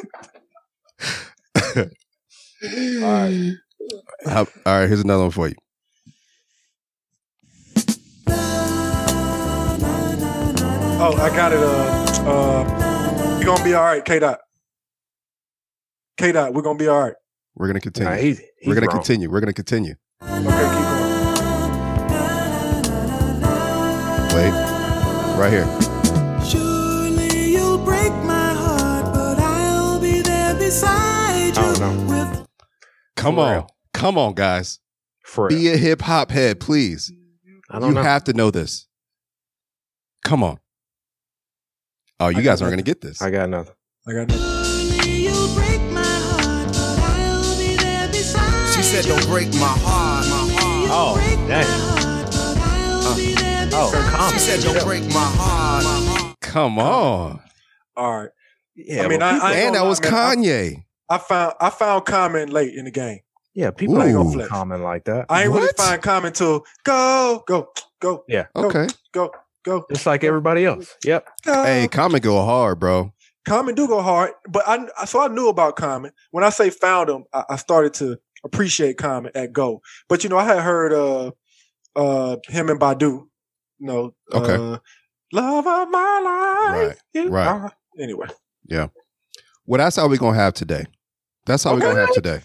S1: right. Uh, All right, here's another one for you.
S3: oh, I got it. Uh, uh, we're gonna be all right, K dot. K dot, we're gonna be all right.
S1: We're going to continue.
S2: Nah, he's, he's
S1: We're going to
S2: wrong.
S1: continue. We're going to continue.
S3: Okay, keep going.
S1: Wait. Right here.
S6: Surely you'll break my heart, but I'll be there beside you.
S2: I don't
S6: With
S1: Come
S2: For
S1: on.
S2: real.
S1: Come on, guys.
S2: For real.
S1: Be a hip hop head, please.
S2: I
S1: You
S2: don't know.
S1: have to know this. Come on. Oh, you
S3: I
S1: guys
S3: got
S1: aren't going to get this.
S2: I got nothing.
S3: I got nothing.
S6: surely you'll break my heart, but I'll be there beside
S5: She said,
S6: you.
S5: don't break my heart. My heart.
S2: Oh,
S6: break my
S2: dang.
S6: heart, but I'll be there
S2: Oh,
S6: beside
S2: common.
S5: She said, don't break my heart. My heart.
S1: Come on.
S3: All right.
S2: Yeah,
S3: I mean,
S2: well,
S3: I-
S2: people,
S3: I- ain't
S1: And that
S3: gonna
S1: was
S3: lie, man.
S1: Kanye.
S3: I found I found Common late in the game.
S2: yeah, people
S1: Ooh.
S2: ain't
S3: Go
S2: gonna
S3: flex.
S2: comment like that.
S3: I ain't really
S1: What?
S3: find Common till go go go Go,
S1: Okay.
S3: go go
S2: Just like everybody else. Yep.
S3: go.
S1: Hey, Common go hard, bro.
S3: Common do go hard, but I I- so I knew about Common. When I say found him, I, I started to appreciate Common at Go. But you know, I had heard uh uh him and Badu. You know,
S1: Okay.
S3: uh, love of my life.
S1: Right,
S3: You
S1: right.
S3: are- Anyway,
S1: Well, that's how we're going to have today. That's how we're
S3: Okay.
S1: going to have today.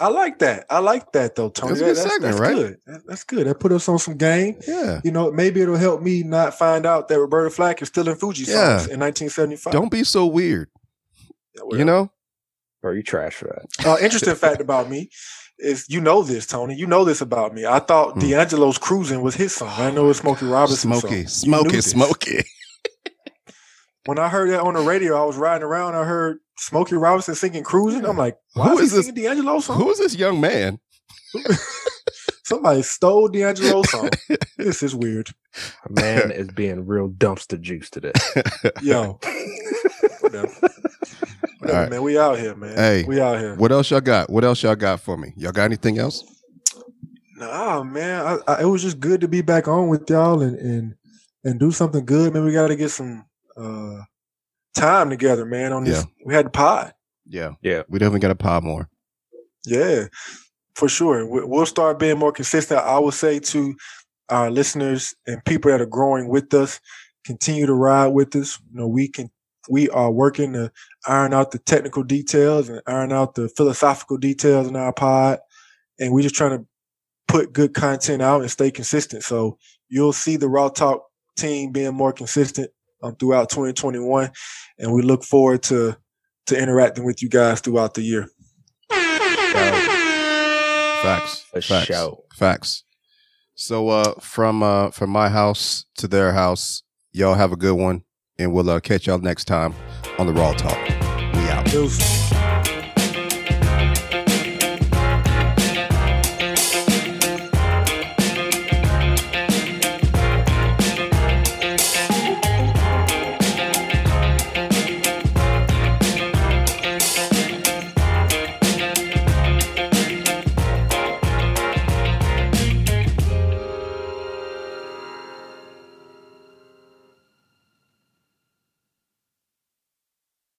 S3: I like that. I like that though, Tony.
S1: That's a good
S3: That-
S1: segment,
S3: that's
S1: right?
S3: Good. That- that's good. That put us on some game.
S1: Yeah.
S3: You know, maybe it'll help me not find out that Roberta Flack is still in Fuji
S1: Yeah.
S3: songs in 1975.
S1: Don't be so weird.
S3: Well,
S1: You know?
S2: Bro, you trash for that.
S3: Uh, interesting fact about me is you know this, Tony. You know this about me. I thought
S1: Hmm.
S3: D'Angelo's Cruising was his song. I know it's Smokey Robinson's
S1: Smokey,
S3: song. You knew
S1: Smokey,
S3: this.
S1: Smokey.
S3: When I heard that on the radio, I was riding around. I heard Smokey Robinson singing Cruising. I'm like, why
S1: Who is
S3: is, he
S1: this?
S3: singing D'Angelo's song?
S1: Who is this young man?
S3: Somebody stole D'Angelo's song. this is weird.
S2: A man is being real dumpster juice today.
S3: Yo. Whatever. Whatever,
S1: right.
S3: man. We out here, man.
S1: Hey.
S3: We out here.
S1: What else y'all got? What else y'all got for me? Y'all got anything else?
S3: Nah, man. I, I, it was just good to be back on with y'all and and and do something good. Man, we got to get some uh time together, man. On this, we had the pod.
S1: Yeah.
S2: Yeah.
S1: We definitely got to pod more.
S3: Yeah, for sure. We, we'll start being more consistent. I would say to our listeners and people that are growing with us, continue to ride with us. You know, we can. We are working to iron out the technical details and iron out the philosophical details in our pod, and we're just trying to put good content out and stay consistent. So you'll see the Raw Talk team being more consistent um, throughout 2021, and we look forward to to interacting with you guys throughout the year.
S1: Facts.
S2: For
S1: Facts.
S2: sure.
S1: Facts. So uh from uh from my house to their house, y'all have a good one and we'll uh, catch y'all next time on the Raw Talk. We out.
S3: Deuce.